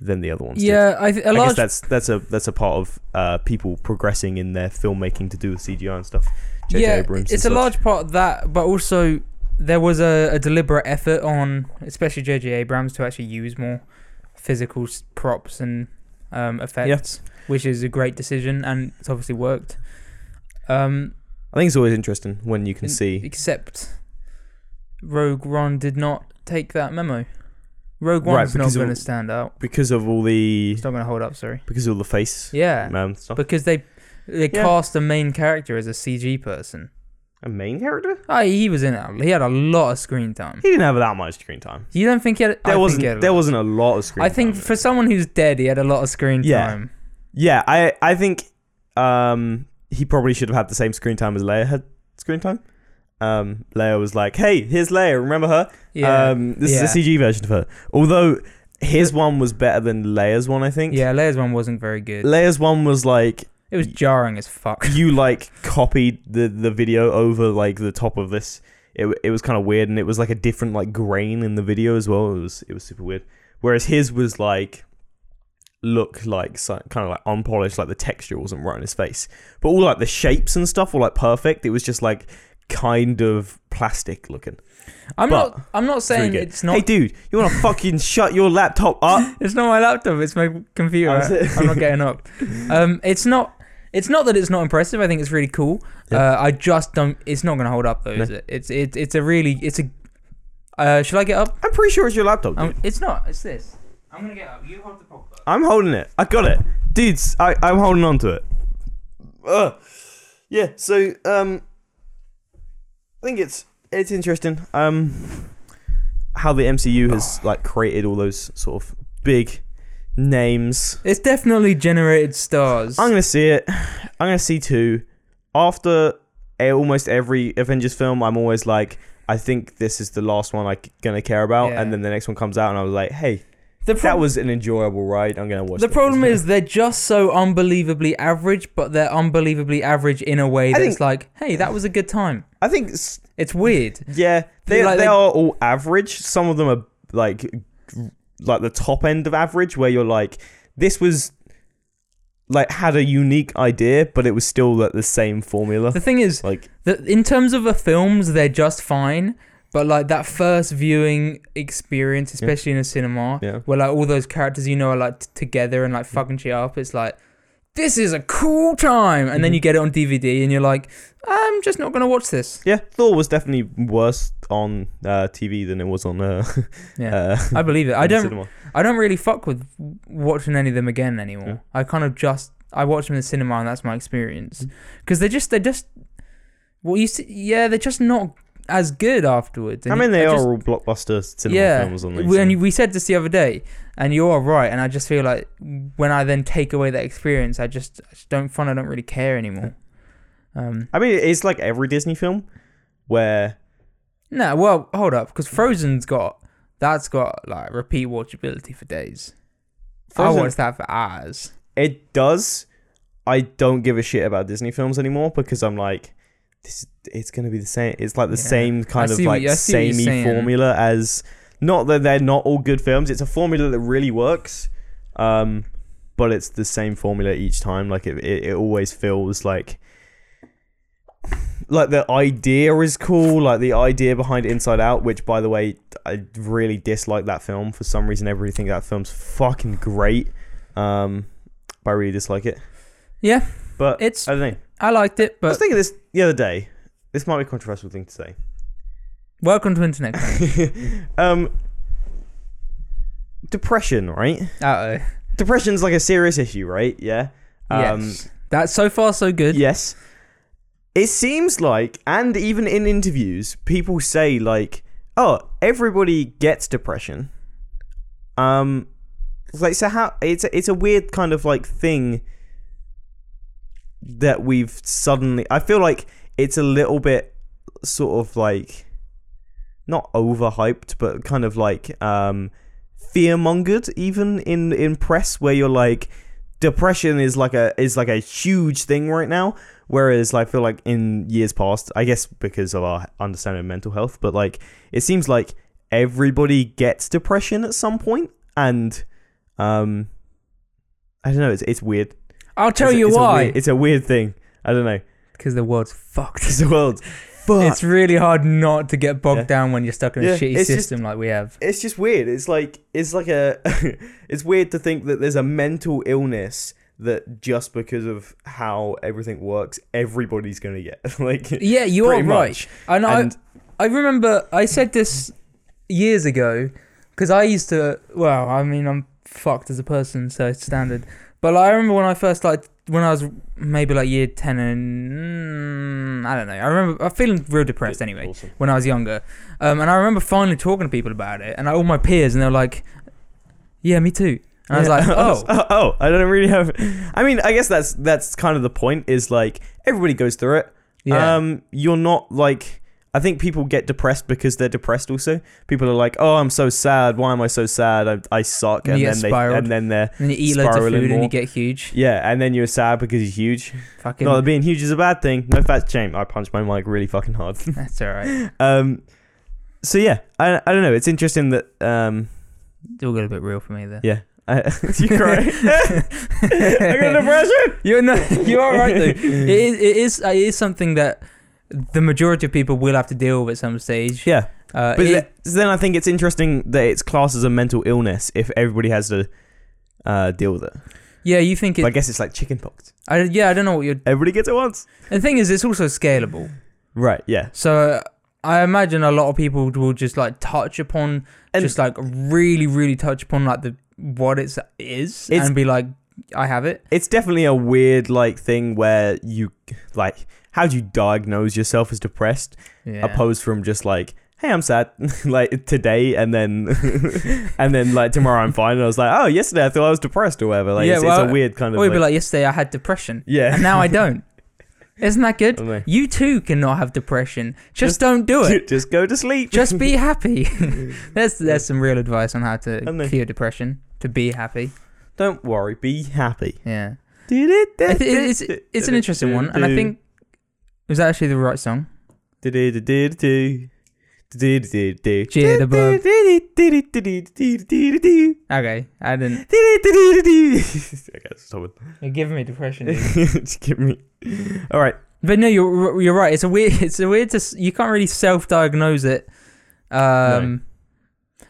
S2: than the other ones. did.
S1: Yeah, I th- a
S2: I guess
S1: large
S2: that's that's a that's a part of uh, people progressing in their filmmaking to do with CGI and stuff. J.J.
S1: yeah,
S2: Abrams
S1: it's a
S2: and such.
S1: large part of that, but also there was a, a deliberate effort on, especially J.J. Abrams, to actually use more physical s- props and um, effects, which is a great decision, and it's obviously worked. Um,
S2: I think it's always interesting when you can
S1: In-
S2: see.
S1: except Rogue One did not take that memo. Rogue
S2: Right,
S1: One's not
S2: because it
S1: going to
S2: w-
S1: stand out.
S2: Because of all the
S1: It's not going to hold up. Sorry.
S2: because of all the face
S1: Yeah,
S2: um, stuff.
S1: because they they
S2: Yeah.
S1: cast the main character as a CG person.
S2: A main character?
S1: Oh, he was in it. He had a lot of screen time.
S2: He didn't have that much screen time.
S1: You don't think he had? I
S2: There
S1: think
S2: wasn't
S1: he had a
S2: there
S1: lot.
S2: wasn't a lot of screen.
S1: I think
S2: time.
S1: for someone who's dead, he had a lot of screen
S2: Yeah.
S1: time.
S2: yeah, I I think um he probably should have had the same screen time as Leia had screen time. Um, Leia was like, "Hey, here's Leia. Remember her?
S1: Yeah,
S2: Um, this
S1: Yeah.
S2: is a CG version of her. Although his one was better than Leia's one, I think.
S1: yeah. Leia's one wasn't very good.
S2: Leia's one was like
S1: It was jarring as fuck.
S2: you like copied the the video over like the top of this. It w- it was kind of weird, and it was like a different like grain in the video as well. It was it was super weird. Whereas his was like looked like so, kind of like unpolished, like the texture wasn't right on his face, but all like the shapes and stuff were like perfect. It was just like kind of plastic looking.
S1: I'm
S2: But-
S1: not. I'm not
S2: It's really
S1: saying
S2: good.
S1: it's not.
S2: Hey, dude, you want to fucking shut your laptop up?
S1: it's not my laptop. It's my computer.
S2: I was-
S1: I'm not getting up. Um, it's not. It's not that it's not impressive. I think it's really cool. Uh, I just don't. It's not going to hold up though.
S2: No.
S1: Is it? It's it's it's a really. It's a. Uh, should I get up?
S2: I'm pretty sure it's your laptop.
S1: Um,
S2: dude.
S1: it's not. It's this. I'm gonna get up. You hold the pop
S2: I'm holding it. I got it. Dudes, I, I'm holding on to it. Ugh. Yeah, so um I think it's it's interesting. Um how the MCU has like created all those sort of big names.
S1: It's definitely generated stars.
S2: I'm gonna see it. I'm gonna see two. After a- almost every Avengers film, I'm always like, I think this is the last one I'm gonna care about,
S1: Yeah.
S2: and then the next one comes out, and I was like, hey,
S1: The prob-
S2: that was an enjoyable ride. I'm gonna watch.
S1: the
S2: that.
S1: problem is they're just so unbelievably average, but they're unbelievably average in a way
S2: I
S1: that's
S2: think-
S1: like, hey, that was a good time.
S2: I think s-
S1: It's weird.
S2: yeah, they
S1: Like,
S2: they,
S1: they-
S2: are all average. Some of them are like like the top end of average, where you're like, this was like had a unique idea, but it was still like the same formula.
S1: The thing is,
S2: Like
S1: that in terms of the films, they're just fine. But like that first viewing experience, especially in a cinema,
S2: yeah,
S1: where like all those characters you know are like t- together and like fucking shit up, it's like this is a cool time. And then
S2: Mhm.
S1: you get it on DVD, and you're like, I'm just not gonna watch this.
S2: yeah. Thor was definitely worse on uh, TV than it was on. Uh,
S1: Yeah.
S2: uh,
S1: I believe it. I
S2: in
S1: don't.
S2: cinema.
S1: I don't really fuck with w- watching any of them again anymore.
S2: Yeah.
S1: I kind of just I watch them in the cinema and that's my experience
S2: Mhm.
S1: because they're just they're just well you see, yeah they're just not as good afterwards.
S2: I
S1: And
S2: mean, they
S1: I
S2: are
S1: just-
S2: all blockbuster cinema films on these.
S1: When we said this the other day, and you are right, and I just feel like when I then take away that experience, I just, I just don't find I don't really care anymore. Um,
S2: I mean, it's like every Disney film where
S1: no, well, hold up, because Frozen's got that's got like repeat watchability for days. I
S2: Frozen-
S1: watched that for hours.
S2: it does. I don't give a shit about Disney films anymore because I'm like, this. It's gonna be the same. It's like the
S1: Yeah.
S2: same kind
S1: I
S2: of
S1: see what
S2: like
S1: you- I see what you're
S2: samey
S1: saying.
S2: formula as. Not that they're not all good films. It's a formula that really works, um, but it's the same formula each time. Like it, it, it always feels like. Like the idea is cool, like the idea behind Inside Out, which by the way, I really dislike that film for some reason. Everybody think that film's fucking great, um, but I really dislike it.
S1: Yeah,
S2: But
S1: it's
S2: I don't know.
S1: I liked it,
S2: I was
S1: but
S2: thinking this the other day. This might be a controversial thing to say.
S1: welcome to internet.
S2: um, depression, right?
S1: Uh oh.
S2: Depression's like a serious issue, right? Yeah. Um,
S1: yes, that's so far so good.
S2: Yes. It seems like, and even in interviews, people say like, "Oh, everybody gets depression." Um, like so how it's a, it's a weird kind of like thing that we've suddenly. I feel like it's a little bit sort of like not overhyped, but kind of like um fear mongered even in in press where you're like depression is like a is like a huge thing right now whereas i feel like in years past i guess because of our understanding of mental health but like it seems like everybody gets depression at some point and um i don't know it's it's weird
S1: I'll tell
S2: It's a-
S1: you
S2: it's a
S1: why.
S2: weird- it's a weird thing i don't know
S1: Because the world's fucked.
S2: because the world but
S1: it's really hard not to get bogged
S2: Yeah.
S1: down when you're stuck in a
S2: Yeah,
S1: shitty
S2: it's just-
S1: system like we have.
S2: it's just weird. It's like it's like a it's weird to think that there's a mental illness that just because of how everything works, everybody's gonna get like
S1: Yeah, you are
S2: pretty
S1: right.
S2: much.
S1: And,
S2: And-
S1: I, I remember I said this years ago because I used to. Well, I mean, I'm fucked as a person, so it's standard. But like, I remember when I first like when I was maybe like year ten and mm, I don't know. I remember I feeling real depressed anyway.
S2: Awesome.
S1: when I was younger. Um, and I remember finally talking to people about it, and like, all my peers, and they were like, "Yeah, me too." And I was like,
S2: Yeah.
S1: "Oh,
S2: oh, oh, I don't really have. I mean, I guess that's that's kind of the point. Is like everybody goes through it.
S1: yeah,
S2: Um, you're not like. I think people get depressed because they're depressed. Also, people are like, "Oh, I'm so sad. Why am I so sad? I, I suck."
S1: And
S2: And
S1: you
S2: then
S1: get
S2: they
S1: spiraled.
S2: and then they're
S1: and you eat loads of
S2: spiraling
S1: food, and
S2: more.
S1: you get huge.
S2: yeah, and then you're sad because you're huge.
S1: Fucking,
S2: No, being huge is a bad thing. No fat shame. I punched my mic really fucking hard.
S1: that's all right.
S2: um, so yeah, I, I don't know. It's interesting that um,
S1: It all got a bit real for me there.
S2: yeah, I, you cry. I got depression.
S1: You're no, you are right though. It is, it is, it is something that the majority of people will have to deal with at some stage.
S2: Yeah,
S1: Uh,
S2: but
S1: it-
S2: th- then I think it's interesting that it's classed as a mental illness if everybody has to uh, deal with it.
S1: yeah, you think
S2: But I
S1: it?
S2: guess it's like chickenpox.
S1: I, yeah, I don't know what you're.
S2: Everybody gets it once.
S1: The thing is, it's also scalable.
S2: Right. Yeah.
S1: So I imagine a lot of people will just like touch upon,
S2: And-
S1: just like really, really touch upon like the what it's is,
S2: It's-
S1: and be like, I have it.
S2: it's definitely a weird like thing where you like how do you diagnose yourself as depressed
S1: Yeah.
S2: opposed from just like hey i'm sad like today and then and then like tomorrow i'm fine and i was like oh yesterday i thought i was depressed or whatever like
S1: Yeah,
S2: it's, it's
S1: well,
S2: a weird kind of
S1: or you'd
S2: like,
S1: be like, yesterday I had depression,
S2: yeah
S1: and now I don't. Isn't that
S2: I
S1: good?
S2: don't know.
S1: You too cannot have depression. Just,
S2: Just-
S1: don't do it.
S2: Just go to sleep.
S1: Just be happy. there's there's some real advice on how to
S2: Isn't it?
S1: cure depression. To be happy.
S2: Don't worry. Be happy.
S1: Yeah. I
S2: It's,
S1: thi- it's it's an interesting one, and I think was that actually the right song? Cheer the bub.
S2: Okay,
S1: Okay, I didn't.
S2: stop it.
S1: You're giving me depression. dude.
S2: Just give me. All right.
S1: But no, you're you're right. It's a weird. It's a weird. To, s- you can't really self-diagnose it. Um,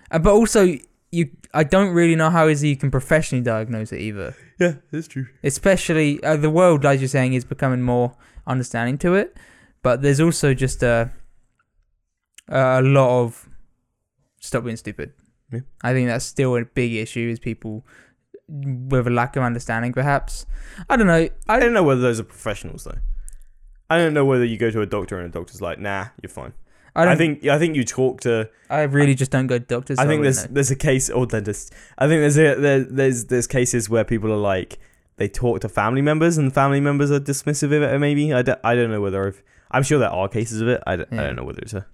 S1: uh, but also you, I don't really know how easy you can professionally diagnose it either.
S2: Yeah, that's true.
S1: Especially uh, the world, as you're saying, is becoming more understanding to it. But there's also just a a lot of stop being stupid.
S2: Yeah.
S1: I think that's still a big issue. Is people with a lack of understanding, perhaps. I don't know.
S2: I
S1: I
S2: don't know whether those are professionals though. I don't know whether you go to a doctor and a doctor's like, nah, you're fine.
S1: I,
S2: I,
S1: don't, I think
S2: think I think you talk to.
S1: I really just don't go to doctors.
S2: I
S1: so
S2: think
S1: wouldn't
S2: there's
S1: know.
S2: there's a case or dentist. I think there's a there, there's there's cases where people are like they talk to family members and family members are dismissive of it. Maybe I don't, I don't know whether I've, I'm sure there are cases of it. I don't, I
S1: Yeah.
S2: don't know whether it's a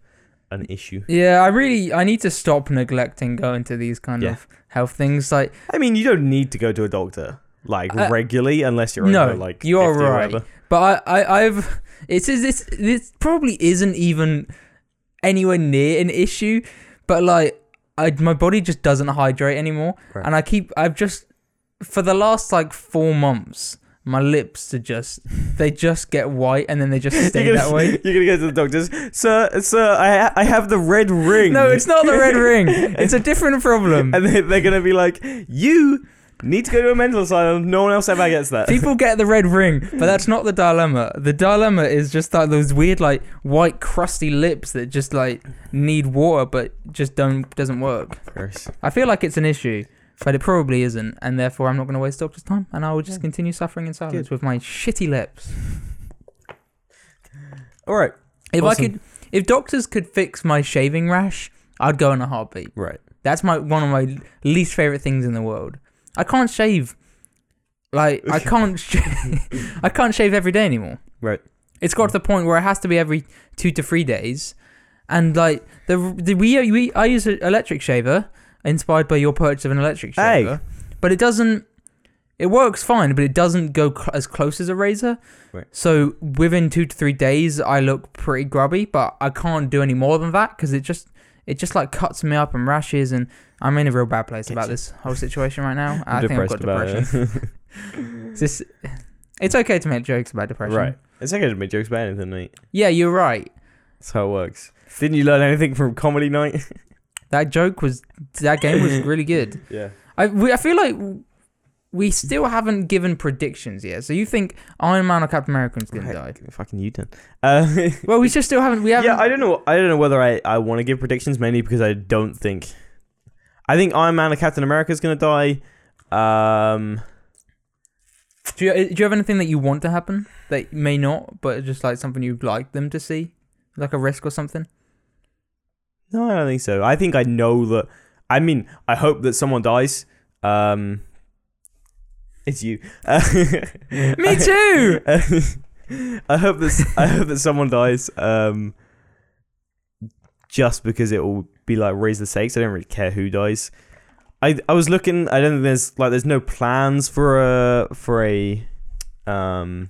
S2: an issue.
S1: Yeah, I really I need to stop neglecting going to these kind
S2: Yeah.
S1: of health things. Like
S2: I mean, you don't need to go to a doctor like
S1: Uh,
S2: regularly unless you're
S1: no,
S2: over, like
S1: you are
S2: 50 or
S1: right.
S2: whatever.
S1: but I, I I've it's is this this probably isn't even anywhere near an issue, but like I my body just doesn't hydrate anymore.
S2: Right.
S1: And I keep I've just for the last like four months my lips are just they just get white and then they just stay
S2: you're gonna,
S1: that way.
S2: You're gonna go to the doctors, sir. Sir, I ha- I have the red ring.
S1: No, it's not the red ring. It's a different problem.
S2: and they, they're gonna be like, you need to go to a mental asylum. No one else ever gets that.
S1: People get the red ring, but that's not the dilemma. The dilemma is just like those weird, like white, crusty lips that just like need water, but just don't doesn't work.
S2: Gross.
S1: I feel like it's an issue, but it probably isn't, and therefore I'm not going to waste doctor's time, and I will just
S2: Yeah.
S1: continue suffering in silence with my shitty lips.
S2: All right.
S1: If
S2: Awesome.
S1: I could, if doctors could fix my shaving rash, I'd go in a heartbeat.
S2: Right.
S1: That's my one of my least favorite things in the world. I can't shave. Like I can't, sh- I can't shave every day anymore.
S2: Right.
S1: It's got to the point where it has to be every two to three days, and like the the we, we I use an electric shaver inspired by your purchase of an electric
S2: Hey.
S1: shaver, but it doesn't. It works fine, but it doesn't go cl- as close as a razor.
S2: Right.
S1: So within two to three days, I look pretty grubby, but I can't do any more than that because it just it just like cuts me up and rashes, and I'm in a real bad place
S2: Gets
S1: about
S2: you.
S1: this whole situation right now. I
S2: I'm
S1: think I've got
S2: about
S1: depression.
S2: it.
S1: It's, just, it's okay to make jokes about depression.
S2: right. It's okay to make jokes about anything, mate.
S1: Yeah, you're right.
S2: That's how it works. Didn't you learn anything from comedy night?
S1: That joke was that game was really good.
S2: yeah.
S1: I we, I feel like we still haven't given predictions yet. So you think Iron Man or Captain America's gonna die?
S2: Give me a fucking U-turn. Uh,
S1: Well, we just still haven't. We haven't.
S2: yeah, I don't know. I don't know whether I, I want to give predictions mainly because I don't think. I think Iron Man or Captain America is gonna die. Um,
S1: Do you, eh, do you have anything that you want to happen that may not, but just like something you'd like them to see, like a risk or something?
S2: no, I don't think so. I think I know that. I mean, I hope that someone dies. Um, it's you.
S1: Me too.
S2: I hope that I hope that someone dies. Um, just because it will be like raise the stakes. I don't really care who dies. I I was looking. I don't think there's like there's no plans for a for a um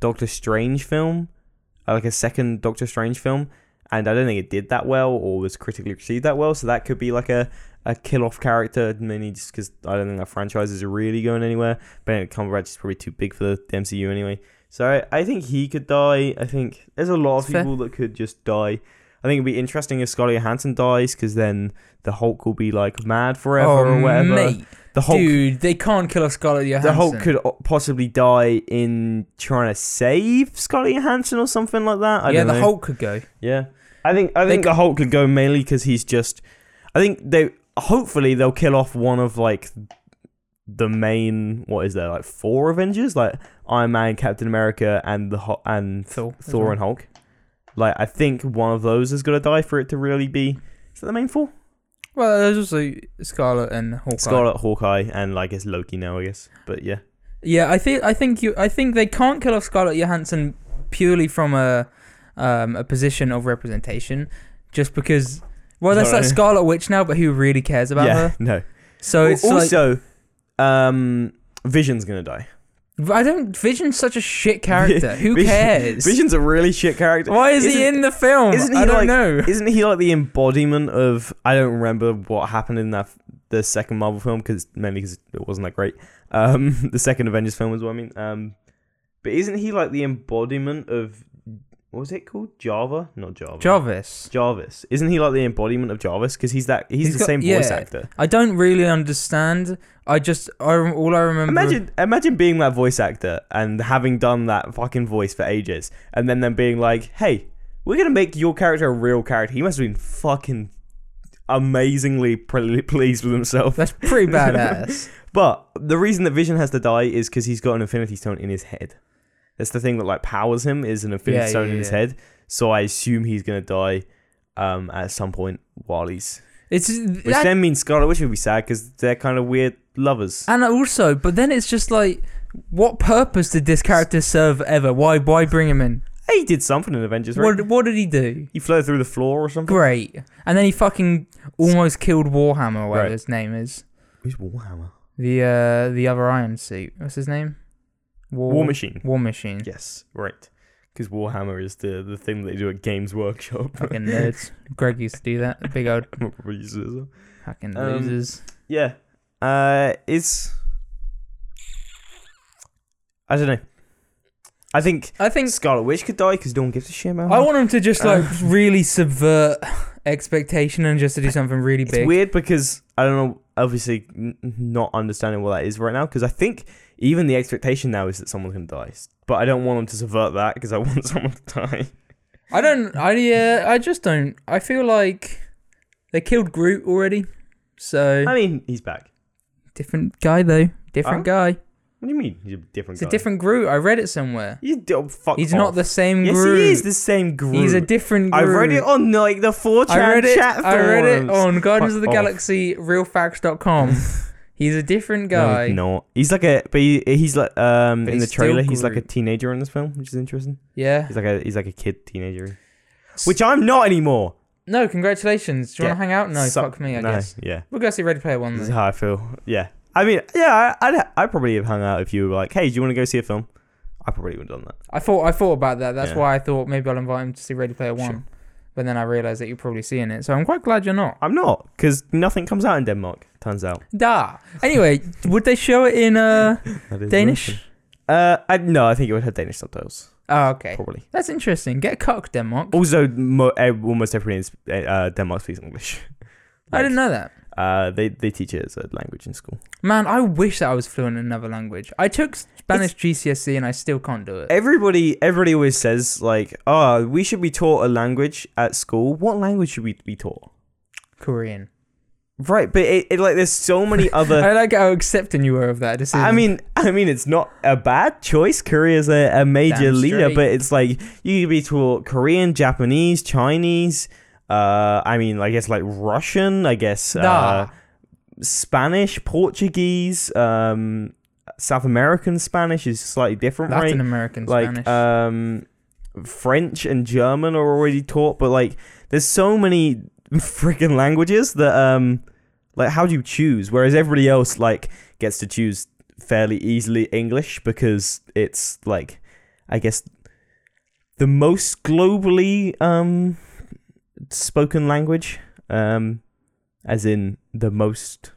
S2: Doctor Strange film, uh, like a second Doctor Strange film, and I don't think it did that well or was critically received that well. So that could be like a a kill off character, mainly just because I don't think that franchise is really going anywhere. Benedict Cumberbatch is probably too big for the MCU anyway. So I, I think he could die. I think there's a lot of
S1: It's fair.
S2: people that could just die. I think it'd be interesting if Scarlett Johansson dies because then the Hulk will be like mad forever or whatever.
S1: Oh, mate,
S2: the Hulk,
S1: dude, they can't kill off Scarlett Johansson.
S2: the Hulk could o- possibly die in trying to save Scarlett Johansson or something like that. I
S1: yeah,
S2: don't
S1: the
S2: know.
S1: Hulk could go.
S2: Yeah, I think I
S1: They
S2: think the Hulk could go mainly because he's just. I think they hopefully they'll kill off one of like the main what is there like four Avengers like Iron Man, Captain America, and the Hu- and
S1: Thor. as
S2: Thor
S1: well.
S2: and Hulk. Like I think one of those is gonna die for it to really be. Is that the main four?
S1: Well, there's also Scarlet and Hawkeye.
S2: Scarlet, Hawkeye, and like it's Loki now, I guess. But yeah,
S1: Yeah, I think I think you I think they can't kill off Scarlett Johansson purely from a um, a position of representation, just because. Well, that's
S2: Alright.
S1: like Scarlet Witch now, but who really cares about
S2: yeah,
S1: her?
S2: no.
S1: So it's
S2: also, um, Vision's gonna die.
S1: like I don't. Vision's such a shit character. Who
S2: Vision-
S1: cares?
S2: Vision's a really shit character.
S1: Why is he
S2: Isn't-
S1: in the film?
S2: isn't he
S1: I don't
S2: like-
S1: know.
S2: Isn't he like the embodiment of? I don't remember what happened in that f- the second Marvel film because mainly because it wasn't that great. Um, the second Avengers film was what I mean. Um, but isn't he like the embodiment of what was it called? Java, not Java.
S1: Jarvis.
S2: Jarvis. Isn't he like the embodiment of Jarvis? Because he's that he's,
S1: He's
S2: the
S1: got-
S2: same voice
S1: yeah.
S2: actor.
S1: I don't really understand. I just I rem- all I remember.
S2: Imagine imagine being that voice actor and having done that fucking voice for ages and then them being like, hey, we're gonna make your character a real character. He must have been fucking amazingly pre- pleased with himself.
S1: that's pretty badass.
S2: But the reason that Vision has to die is because he's got an infinity stone in his head. That's the thing that like powers him is an infinity
S1: Yeah,
S2: stone
S1: yeah,
S2: in his
S1: yeah.
S2: head. So I assume he's gonna die um, at some point while he's
S1: It's
S2: Which
S1: that-
S2: then means Scarlet Witch would be sad because they're kind of weird lovers.
S1: And also, but then it's just like, what purpose did this character serve ever? Why why bring him in?
S2: He did something in Avengers, right?
S1: What what did he do?
S2: He fled through the floor or something.
S1: Great. And then he fucking almost killed Warhammer, whatever
S2: Right.
S1: his name is.
S2: Who's Warhammer?
S1: The uh the other Iron Suit. What's his name? War,
S2: War Machine.
S1: War Machine.
S2: Yes, right. Because Warhammer is the the thing that they do at Games Workshop.
S1: Fucking nerds. Greg used to do that. Big old
S2: We'll probably use it as well.
S1: fucking
S2: Um,
S1: losers.
S2: yeah. Uh, it's. I don't know. I think
S1: I think
S2: Scarlet Witch could die because no one gives a shit about her.
S1: I want him to just like really subvert expectation and just to do something really
S2: It's
S1: big.
S2: weird because I don't know. Obviously, n- n- not understanding what that is right now because I think even the expectation now is that someone's gonna die. S- But I don't want them to subvert that because I want someone to die.
S1: I don't. I yeah. I just don't. I feel like they killed Groot already. So
S2: I mean, he's back.
S1: different guy though. Different guy.
S2: What do you mean? He's a different
S1: It's
S2: guy.
S1: a different Groot. I read it somewhere.
S2: You d- oh, fuck
S1: He's
S2: off.
S1: not the same
S2: Yes,
S1: Groot.
S2: he is the same Groot.
S1: He's a different Groot.
S2: I read it on like the four
S1: I
S2: chan
S1: read it.
S2: chat forums.
S1: I read it on Guardians of the
S2: Fuck off.
S1: Galaxy realfacts.com. He's a different
S2: No,
S1: guy.
S2: he's not. He's like a, but he, he's like um
S1: But
S2: in the
S1: he's still
S2: trailer. He's like a
S1: Groot.
S2: teenager in this film, which is interesting.
S1: Yeah.
S2: He's like a he's like a kid teenager, which I'm not anymore.
S1: No, congratulations. Do you want
S2: Yeah.
S1: to hang out? No,
S2: Suck-
S1: fuck me. I
S2: no,
S1: guess Mm.
S2: Yeah,
S1: we'll go see Ready Player One.
S2: this
S1: Then.
S2: is how I feel. Yeah, I mean, yeah, I, I'd I probably have hung out if you were like, hey, do you want to go see a film? I probably would have done that.
S1: I thought I thought about that. That's
S2: Yeah.
S1: why I thought maybe I'll invite him to see Ready Player
S2: Sure.
S1: One. But then I realised that you're probably seeing it. So I'm quite glad you're not.
S2: I'm not because nothing comes out in Denmark. Turns out
S1: Da. Anyway, would they show it in uh
S2: That is
S1: Danish?
S2: nothing. Uh, I, no, I think it would have Danish subtitles
S1: Oh, okay.
S2: probably.
S1: That's interesting. Get cocked, Denmark.
S2: Also, mo- eh, almost everybody in uh, Denmark speaks English.
S1: I didn't know that.
S2: Uh, they they teach it as a language in school.
S1: Man, I wish that I was fluent in another language. I took Spanish GCSE E and I still can't do it.
S2: Eh. Everybody everybody always says like, "Oh, we should be taught a language at school." What language should we be taught?
S1: Korean.
S2: Right, but it, it like there's so many other.
S1: I like how accepting you were of that decision.
S2: Uh, I mean, I mean, it's not a bad choice. Korea's a, a major
S1: Damn
S2: leader,
S1: straight.
S2: but it's like you could be taught Korean, Japanese, Chinese. Uh, I mean, I guess like Russian. I guess. Uh,
S1: nah.
S2: Spanish, Portuguese, um, South American Spanish is slightly different,
S1: Latin
S2: right?
S1: American
S2: Like
S1: Spanish.
S2: um, French and German are already taught, but like there's so many freaking languages that um, like how do you choose? Whereas everybody else like gets to choose fairly easily English because it's like I guess the most globally um spoken language um as in the most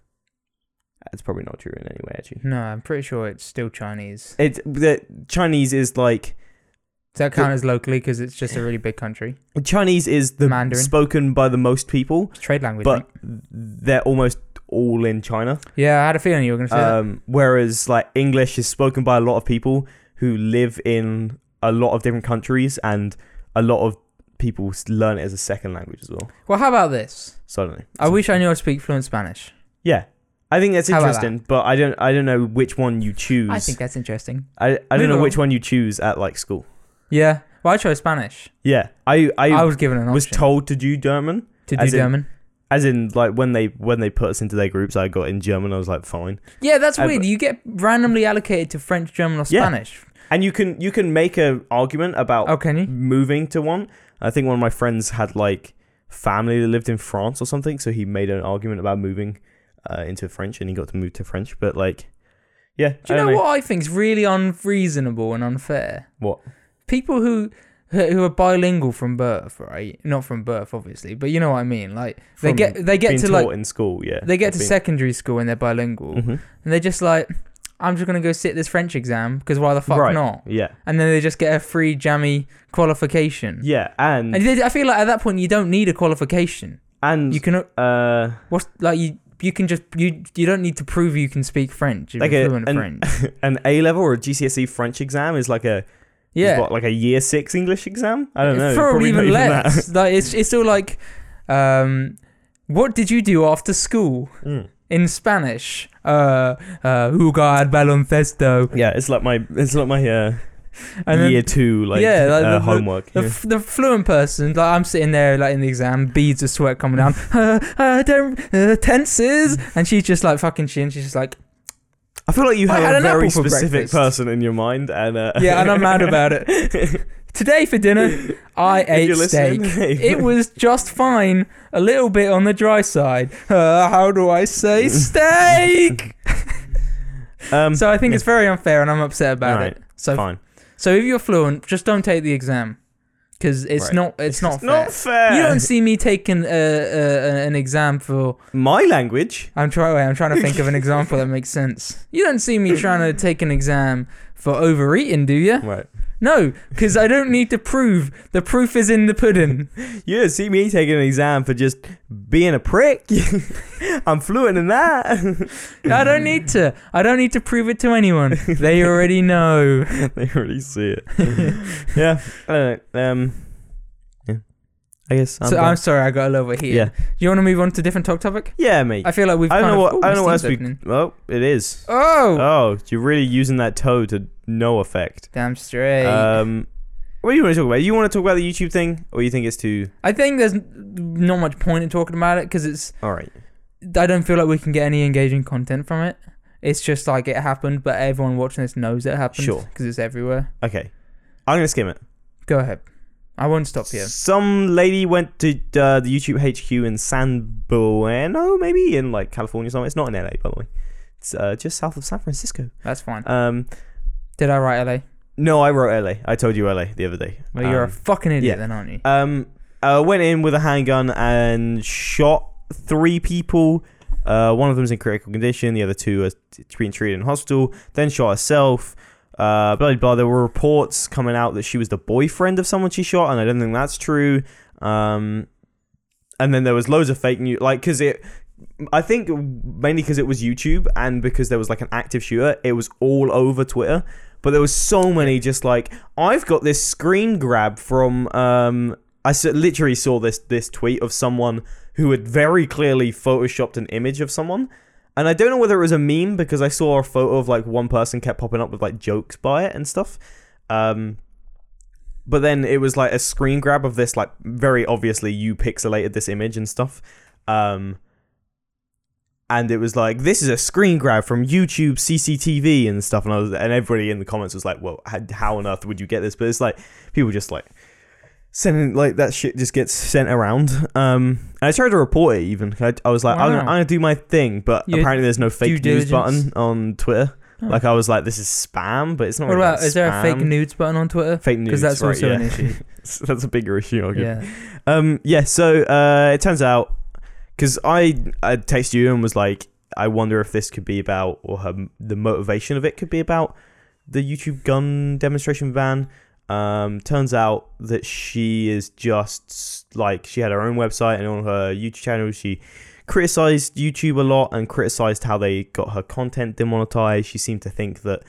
S2: that's probably not true in any way actually
S1: no, I'm pretty sure it's still Chinese.
S2: it the chinese is like
S1: Does that count as locally because it's just a really big country?
S2: chinese is the
S1: Mandarin.
S2: spoken by the most people
S1: It's trade language.
S2: but
S1: mate.
S2: they're almost all in china
S1: yeah, I had a feeling you were going to say that.
S2: um whereas like english is spoken by a lot of people who live in a lot of different countries and a lot of people s- learn it as a second language as well
S1: Well, how about this?
S2: so i don't know
S1: I wish I knew I speak fluent Spanish.
S2: yeah i think that's
S1: How about
S2: interesting but i don't i don't know which one you choose
S1: I think that's interesting.
S2: I, I don't
S1: Move
S2: know
S1: on.
S2: which one you choose at like school.
S1: Yeah. Well, I chose Spanish.
S2: Yeah, I I,
S1: I was given an option
S2: was told to do German
S1: to do
S2: as in-
S1: German.
S2: As in, like when they when they put us into their groups, I got in German. I was like, fine.
S1: Yeah, that's
S2: Uh,
S1: weird. You get randomly allocated to French, German, or
S2: Yeah.
S1: Spanish.
S2: And you can you can make a argument about
S1: Oh, can you?
S2: moving to one. I think one of my friends had like family that lived in France or something, so he made an argument about moving uh, into French, and he got to move to French. But like, yeah,
S1: Do
S2: I
S1: you
S2: don't
S1: know, what I think is really unreasonable and unfair?
S2: What?
S1: People who who who are bilingual from birth, right? Not from birth, obviously, but you know what I mean. Like they
S2: From
S1: get they get
S2: being
S1: to
S2: taught
S1: like
S2: in school, yeah,
S1: they get
S2: of
S1: to
S2: being-
S1: secondary school and they're bilingual,
S2: Mhm.
S1: and they're just like, I'm just gonna go sit this French exam because why the fuck
S2: Right.
S1: not?
S2: Yeah,
S1: And then they just get a free jammy qualification.
S2: yeah,
S1: And
S2: and and,
S1: they- I feel like at that point you don't need a qualification. You can
S2: uh,
S1: What's like you? You can just you. You don't need to prove you can speak French. If
S2: Like
S1: you're
S2: a-
S1: fluent
S2: an-
S1: French.
S2: an A level or a GCSE E French exam is like a is
S1: Yeah,
S2: what, like a year six English exam. I don't know,
S1: probably, even
S2: not
S1: less. like it's it's all like, um, what did you do after school
S2: that. Mm.
S1: in Spanish? Uh, uh, jugar baloncesto.
S2: Yeah, it's like my it's like my uh,
S1: And then
S2: year two like,
S1: Yeah, like
S2: uh,
S1: the- the-
S2: homework.
S1: the,
S2: yeah.
S1: f- the fluent person, like I'm sitting there, like in the exam, beads of sweat coming down. Uh, uh, don't uh, tenses, and she's just like fucking she, and she's just like,
S2: I feel like you
S1: I
S2: have
S1: had
S2: a
S1: an apple
S2: very
S1: for
S2: specific
S1: breakfast.
S2: person in your mind, and uh,
S1: yeah, and I'm mad about it. Today for dinner, I ate steak. it was just fine, a little bit on the dry side. Uh, how do I say steak?
S2: Um,
S1: so I think it's very unfair, and I'm upset about
S2: Alright,
S1: it. So,
S2: fine.
S1: so if you're fluent, just don't take the exam, because it's
S2: Right.
S1: not it's not fair.
S2: Not fair.
S1: You don't see me taking uh, uh, an exam for.
S2: My language.
S1: I'm trying. I'm trying to think of an example that makes sense. You don't see me trying to take an exam for overeating, do you?
S2: Right.
S1: No, because I don't need to prove. The proof is in the pudding.
S2: You don't see me taking an exam for just being a prick. I'm fluent in that.
S1: I don't need to. I don't need to prove it to anyone. They already know.
S2: they already see it. yeah. I don't know. Um. Yeah. I guess. I'm
S1: so
S2: done.
S1: I'm sorry, I got a little bit here.
S2: yeah.
S1: Do you want to move on to a different talk topic?
S2: Yeah, mate.
S1: I feel like we've.
S2: I don't
S1: kind
S2: know
S1: of,
S2: what. I don't know what else
S1: we.
S2: we. Oh, it is.
S1: Oh,
S2: Oh, you're really using that toe to no effect.
S1: damn straight.
S2: Um, what do you want to talk about? You want to talk about the YouTube thing, or you think it's too?
S1: I think there's n- not much point in talking about it because it's.
S2: All right.
S1: I don't feel like we can get any engaging content from it. It's just like it happened, but everyone watching this knows it happened.
S2: Sure.
S1: Because it's everywhere.
S2: Okay. I'm gonna skim it.
S1: Go ahead. I won't stop you.
S2: Some lady went to uh, the YouTube HQ in San Bueno, maybe in like California or somewhere. It's not in LA, by the way. It's uh, just south of San Francisco.
S1: That's fine.
S2: Um,
S1: Did I write LA?
S2: no, I wrote LA. I told you LA the other day.
S1: Well, you're a
S2: Um,
S1: fucking idiot
S2: yeah.
S1: then, aren't you?
S2: Um, uh, went in with a handgun and shot three people. Uh, one of them's in critical condition. The other two are t- being treated in hospital. Then shot herself. Uh, blah, blah blah. There were reports coming out that she was the boyfriend of someone she shot, and I don't think that's true. Um, and then there was loads of fake news, like because it. I think mainly because it was YouTube and because there was like an active shooter, it was all over Twitter. But there was so many just like I've got this screen grab from um I s- literally saw this this tweet of someone who had very clearly photoshopped an image of someone. And I don't know whether it was a meme because I saw a photo of like one person kept popping up with like jokes by it and stuff. Um but then it was like a screen grab of this like very obviously you pixelated this image and stuff. Um and it was like this is a screen grab from YouTube CCTV and stuff, and I was, and everybody in the comments was like, "Well, how, how on earth would you get this?" But it's like people just like sending like that shit just gets sent around. Um, and I tried to report it even. I, I was like, I'm, gonna,
S1: Wow.
S2: I'm gonna do my thing, but
S1: You-
S2: apparently there's no fake
S1: due
S2: news
S1: diligence.
S2: button on Twitter.
S1: Oh.
S2: Like I was like, this is spam, but it's not.
S1: What
S2: really
S1: about? Is there a fake
S2: spam.
S1: nudes button on Twitter?
S2: Fake news,
S1: Because that's
S2: right,
S1: also
S2: yeah.
S1: an issue.
S2: that's a bigger issue. I guess.
S1: yeah.
S2: Um, yeah, so uh, it turns out because I I texted you and was like, I wonder if this could be about or her, the motivation of it could be about the YouTube gun demonstration van. Um, turns out that she is just like she had her own website and on her YouTube channel she criticized YouTube a lot and criticized how they got her content demonetized. She seemed to think that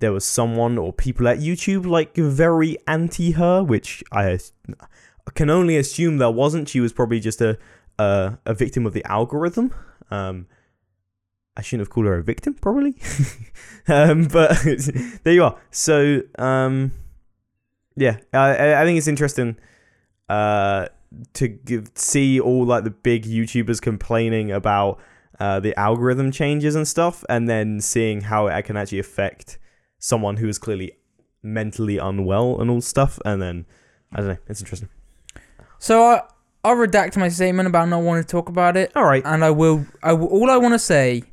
S2: there was someone or people at YouTube like very anti her, which I can only assume there wasn't. She was probably just a uh, a victim of the algorithm. Um, I shouldn't have called her a victim, probably. um, but there you are. So um, yeah, I, I- I think it's interesting. Uh, to give, see all like the big YouTubers complaining about uh, the algorithm changes and stuff, and then seeing how it can actually affect someone who is clearly mentally unwell and all stuff, and then I don't know, it's interesting.
S1: So I I'll redact my statement about not wanting to talk about it,
S2: All right,
S1: and I will. I will, all I want to say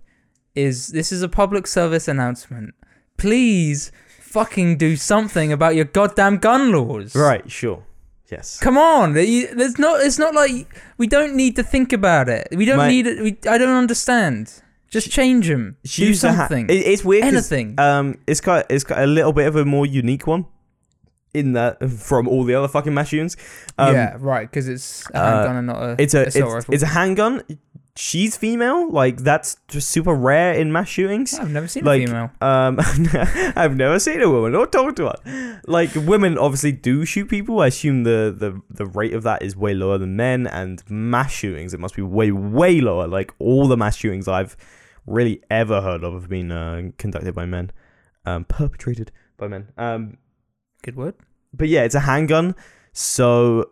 S1: is this is a public service announcement. Please fucking do something about your goddamn gun laws.
S2: right, sure, yes.
S1: Come on, you- there's not. It's not like we don't need to think about it. We don't
S2: Mate.
S1: need it. We, I don't understand. Just change them.
S2: She
S1: Do
S2: used to ha-
S1: something.
S2: it- it's weird. 'cause,
S1: Anything.
S2: Um, it's got it's got a little bit of a more unique one in that from all the other fucking machines. Um,
S1: yeah, right. Because it's a
S2: uh,
S1: handgun and not a.
S2: It's a
S1: assault
S2: it's,
S1: rifle.
S2: it's a handgun. She's female. Like that's just super rare in mass shootings.
S1: I've never seen
S2: like,
S1: a female.
S2: Um, I've never seen a woman or talked to one. Like women obviously do shoot people. I assume the, the the rate of that is way lower than men. And mass shootings, it must be way way lower. Like all the mass shootings I've really ever heard of have been uh, conducted by men, um, perpetrated by men. Um,
S1: Good word.
S2: but yeah, it's a handgun, so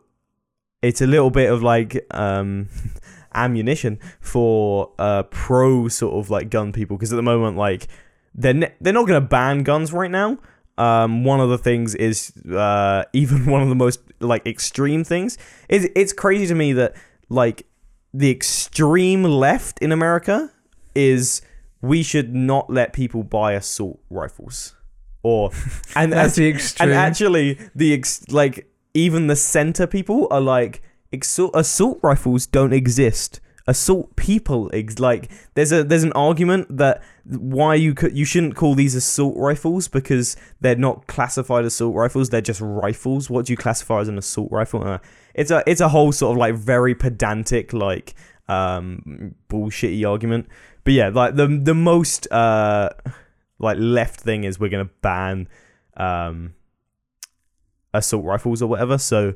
S2: it's a little bit of like um, ammunition for uh, pro sort of like gun people because at the moment like they're ne- they're not gonna ban guns right now. Um, one of the things is uh, even one of the most like extreme things is it's crazy to me that like the extreme left in America is we should not let people buy assault rifles or and
S1: That's
S2: and-
S1: the extreme.
S2: and actually, the ex- like even the center people are like exo- assault rifles don't exist. Assault people ex- like there's a there's an argument that why you could you shouldn't call these assault rifles because they're not classified assault rifles. They're just rifles. What do you classify as an assault rifle? Uh, it's a it's a whole sort of like very pedantic like um bullshitty argument. But yeah, like the the most uh like left thing is we're gonna ban um assault rifles or whatever. So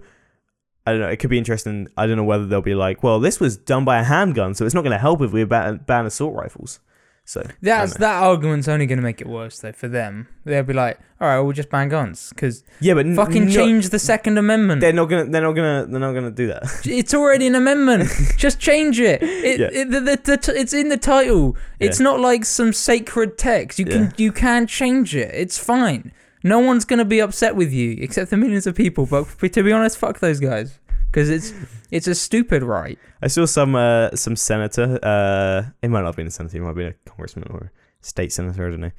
S2: I don't know. It could be interesting. I don't know whether they'll be like, well, this was done by a handgun, so it's not going to help if we ban, ban assault rifles. So
S1: That's
S2: don't
S1: that argument's only going to make it worse though for them. They'll be like, all right, we'll just ban guns because
S2: yeah, but n-
S1: fucking
S2: no-
S1: change the Second Amendment.
S2: They're not gonna. They're not gonna. They're not gonna do that.
S1: It's already an amendment. Just change it. it,
S2: Yeah.
S1: it the, the, the t- it's in the title. It's not like some sacred text. You can
S2: Yeah.
S1: you can change it. It's fine. No one's gonna be upset with you except the millions of people. But f- to be honest, fuck those guys because it's it's a stupid right.
S2: I saw some uh, some senator. Uh, it might not have been a senator. It might have been a congressman or a state senator. I don't know.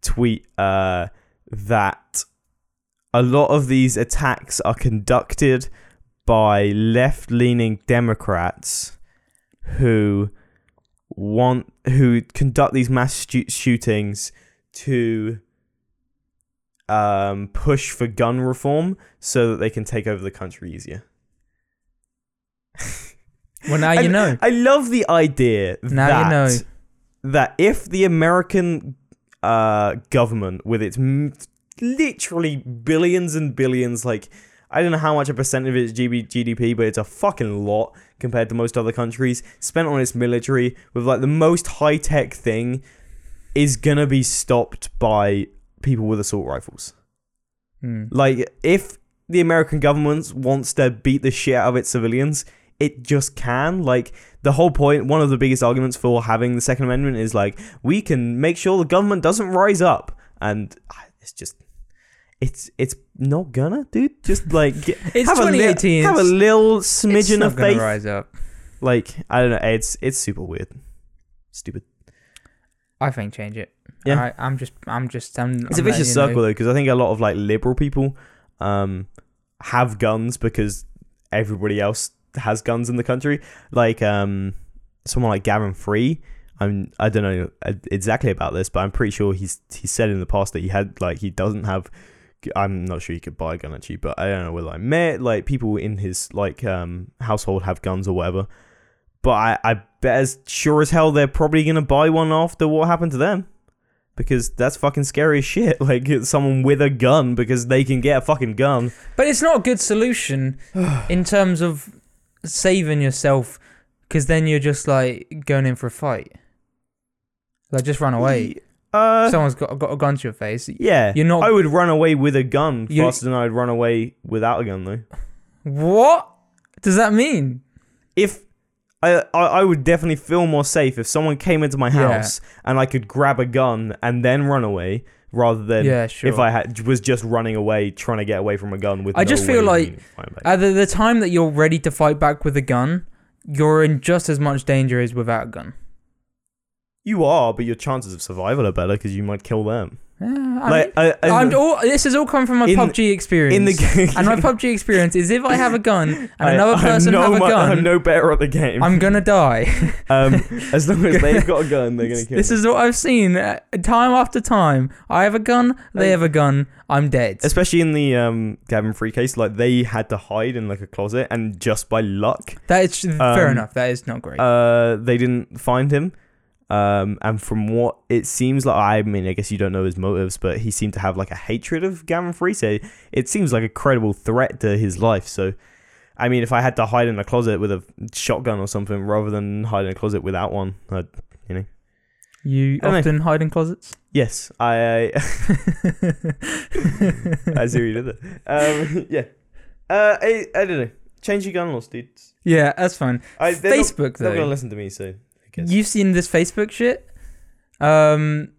S2: Tweet uh, that a lot of these attacks are conducted by left-leaning Democrats who want who conduct these mass stu- shootings to um, push for gun reform so that they can take over the country easier.
S1: Well, now you
S2: And uh,
S1: know.
S2: I love the idea
S1: Now
S2: that
S1: you know.
S2: that if the American uh, government, with its m- literally billions and billions, like I don't know how much a percent of its GB- GDP, but it's a fucking lot compared to most other countries, spent on its military with like the most high tech thing, is gonna be stopped by people with assault rifles.
S1: Hmm.
S2: Like, if the American government wants to beat the shit out of its civilians, it just can. Like, the whole point, one of the biggest arguments for having the Second Amendment is like, we can make sure the government doesn't rise up. And ah, it's just. It's it's not gonna, dude. Just like get,
S1: It's
S2: have a li-
S1: 2018.
S2: have a little
S1: It's
S2: smidgen
S1: not
S2: of
S1: gonna
S2: faith.
S1: rise up.
S2: Like I don't know. It's it's super weird, stupid.
S1: I think change it.
S2: Yeah.
S1: I, I'm just, I'm just, I'm.
S2: It's
S1: I'm
S2: a
S1: letting
S2: vicious
S1: you know.
S2: circle though, because I think a lot of like liberal people um, have guns because everybody else has guns in the country. Like um, someone like Gavin Free, I'm I don't know uh, exactly about this, but I'm pretty sure he's he said in the past that he had like he doesn't have. I'm not sure he could buy a gun actually, but I don't know whether I met like people in his like um, household have guns or whatever. But I, I bet as sure as hell they're probably gonna buy one after what happened to them because that's fucking scary as shit. Like it's someone with a gun because they can get a fucking gun.
S1: But it's not a good solution in terms of saving yourself because then you're just like going in for a fight. Like just run away.
S2: Uh,
S1: Someone's got got a gun to your face.
S2: yeah.
S1: You're not-
S2: I would run away with a gun
S1: You-
S2: faster than I'd run away without a gun though.
S1: What? does that mean?
S2: if I, I I would definitely feel more safe if someone came into my
S1: Yeah.
S2: house and I could grab a gun and then run away rather than
S1: yeah, sure.
S2: if I had was just running away trying to get away from a gun with.
S1: I
S2: no
S1: just feel
S2: way of
S1: like-
S2: being fine back.
S1: At the, the time that you're ready to fight back with a gun, you're in just as much danger as without a gun.
S2: you are, but your chances of survival are better because you might kill them.
S1: Yeah, I
S2: like
S1: mean,
S2: I, I-
S1: I'm all, this has all come from my
S2: in-
S1: PUBG experience.
S2: in the game,
S1: and my PUBG experience is if I have a gun and
S2: I-
S1: another
S2: I'm
S1: person
S2: no
S1: have a
S2: mu- I'm
S1: gun,
S2: no better at the game.
S1: I'm gonna die.
S2: um, as long as they've got a gun, they're gonna kill.
S1: this
S2: me.
S1: is what I've seen uh, time after time. I have a gun, they
S2: I-
S1: have a gun, I'm dead.
S2: Especially in the um, Gavin Free case, like they had to hide in like a closet, and just by luck,
S1: That is fair
S2: um,
S1: enough. That is not great.
S2: Uh, they didn't find him. Um, and from what it seems like, I mean, I guess you don't know his motives, but he seemed to have like a hatred of Gavin Freese. It seems like a credible threat to his life. So, I mean, if I had to hide in a closet with a shotgun or something rather than hide in a closet without one, I'd,
S1: you
S2: I don't know.
S1: often hide in closets.
S2: yes, I, I, I see what you did there. Um, yeah. Uh, I, I don't know. Change your gun laws, dudes.
S1: yeah, that's fine.
S2: I, they're not-
S1: Facebook
S2: they're not, gonna
S1: though,
S2: listen to me, so I guess.
S1: you've seen this Facebook shit. Um,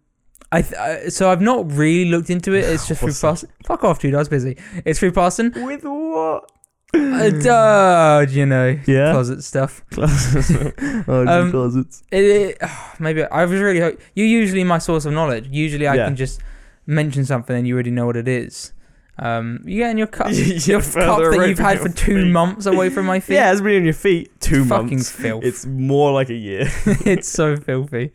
S1: I, th- I so I've not really looked into it. It's just through
S2: Awesome.
S1: Parson. Fuck off, dude. I was busy. It's through Parson.
S2: With what?
S1: Uh, duh, you know,
S2: Yeah.
S1: closet stuff.
S2: closets. oh, just
S1: Um,
S2: closets.
S1: It, it, maybe I was really hope you're usually my source of knowledge. Usually I
S2: Yeah.
S1: can just mention something and you already know what it is. Um, you getting your cup,
S2: You're
S1: your cup
S2: further
S1: that
S2: away
S1: you've
S2: from
S1: had
S2: your
S1: for two
S2: feet.
S1: months away from my feet.
S2: Yeah, it's been on your feet two
S1: fucking
S2: months.
S1: filth.
S2: It's more like a year.
S1: it's so filthy.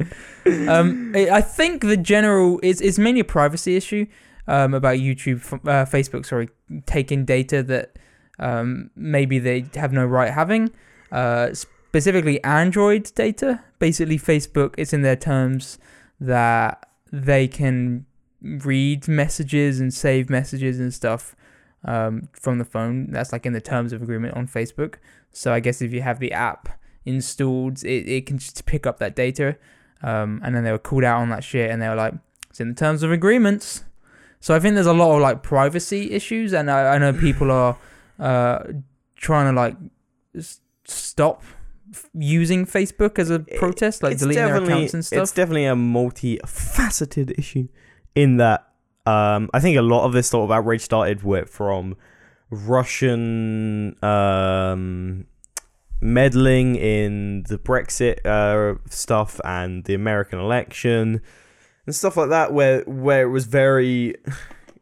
S1: Um, I I think the general is it's mainly a privacy issue um, about YouTube, f- uh, Facebook, sorry, taking data that um, maybe they have no right having. Uh, specifically, Android data. Basically, Facebook. It's in their terms that they can read messages and save messages and stuff um, from the phone. That's like in the terms of agreement on Facebook. So I guess if you have the app installed. It, it can just pick up that data. Um, and then they were called out on that shit and they were like, it's in the terms of agreements. So I think there's a lot of like privacy issues. And I, I know people are uh, trying to like s- stop f- using Facebook as a
S2: It-
S1: protest, like
S2: it's
S1: deleting their
S2: definitely-
S1: accounts and stuff.
S2: It's definitely a multifaceted issue in that um, I think a lot of this sort of outrage started with from Russian um, meddling in the Brexit uh, stuff and the American election and stuff like that, where where it was very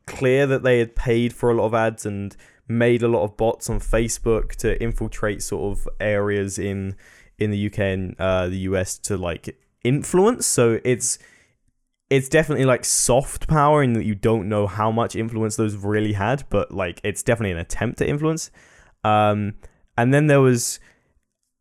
S2: clear that they had paid for a lot of ads and made a lot of bots on Facebook to infiltrate sort of areas in in the UK and uh, the US to like influence. So it's it's definitely like soft power in that you don't know how much influence those really had, but like it's definitely an attempt to influence. Um, and then there was.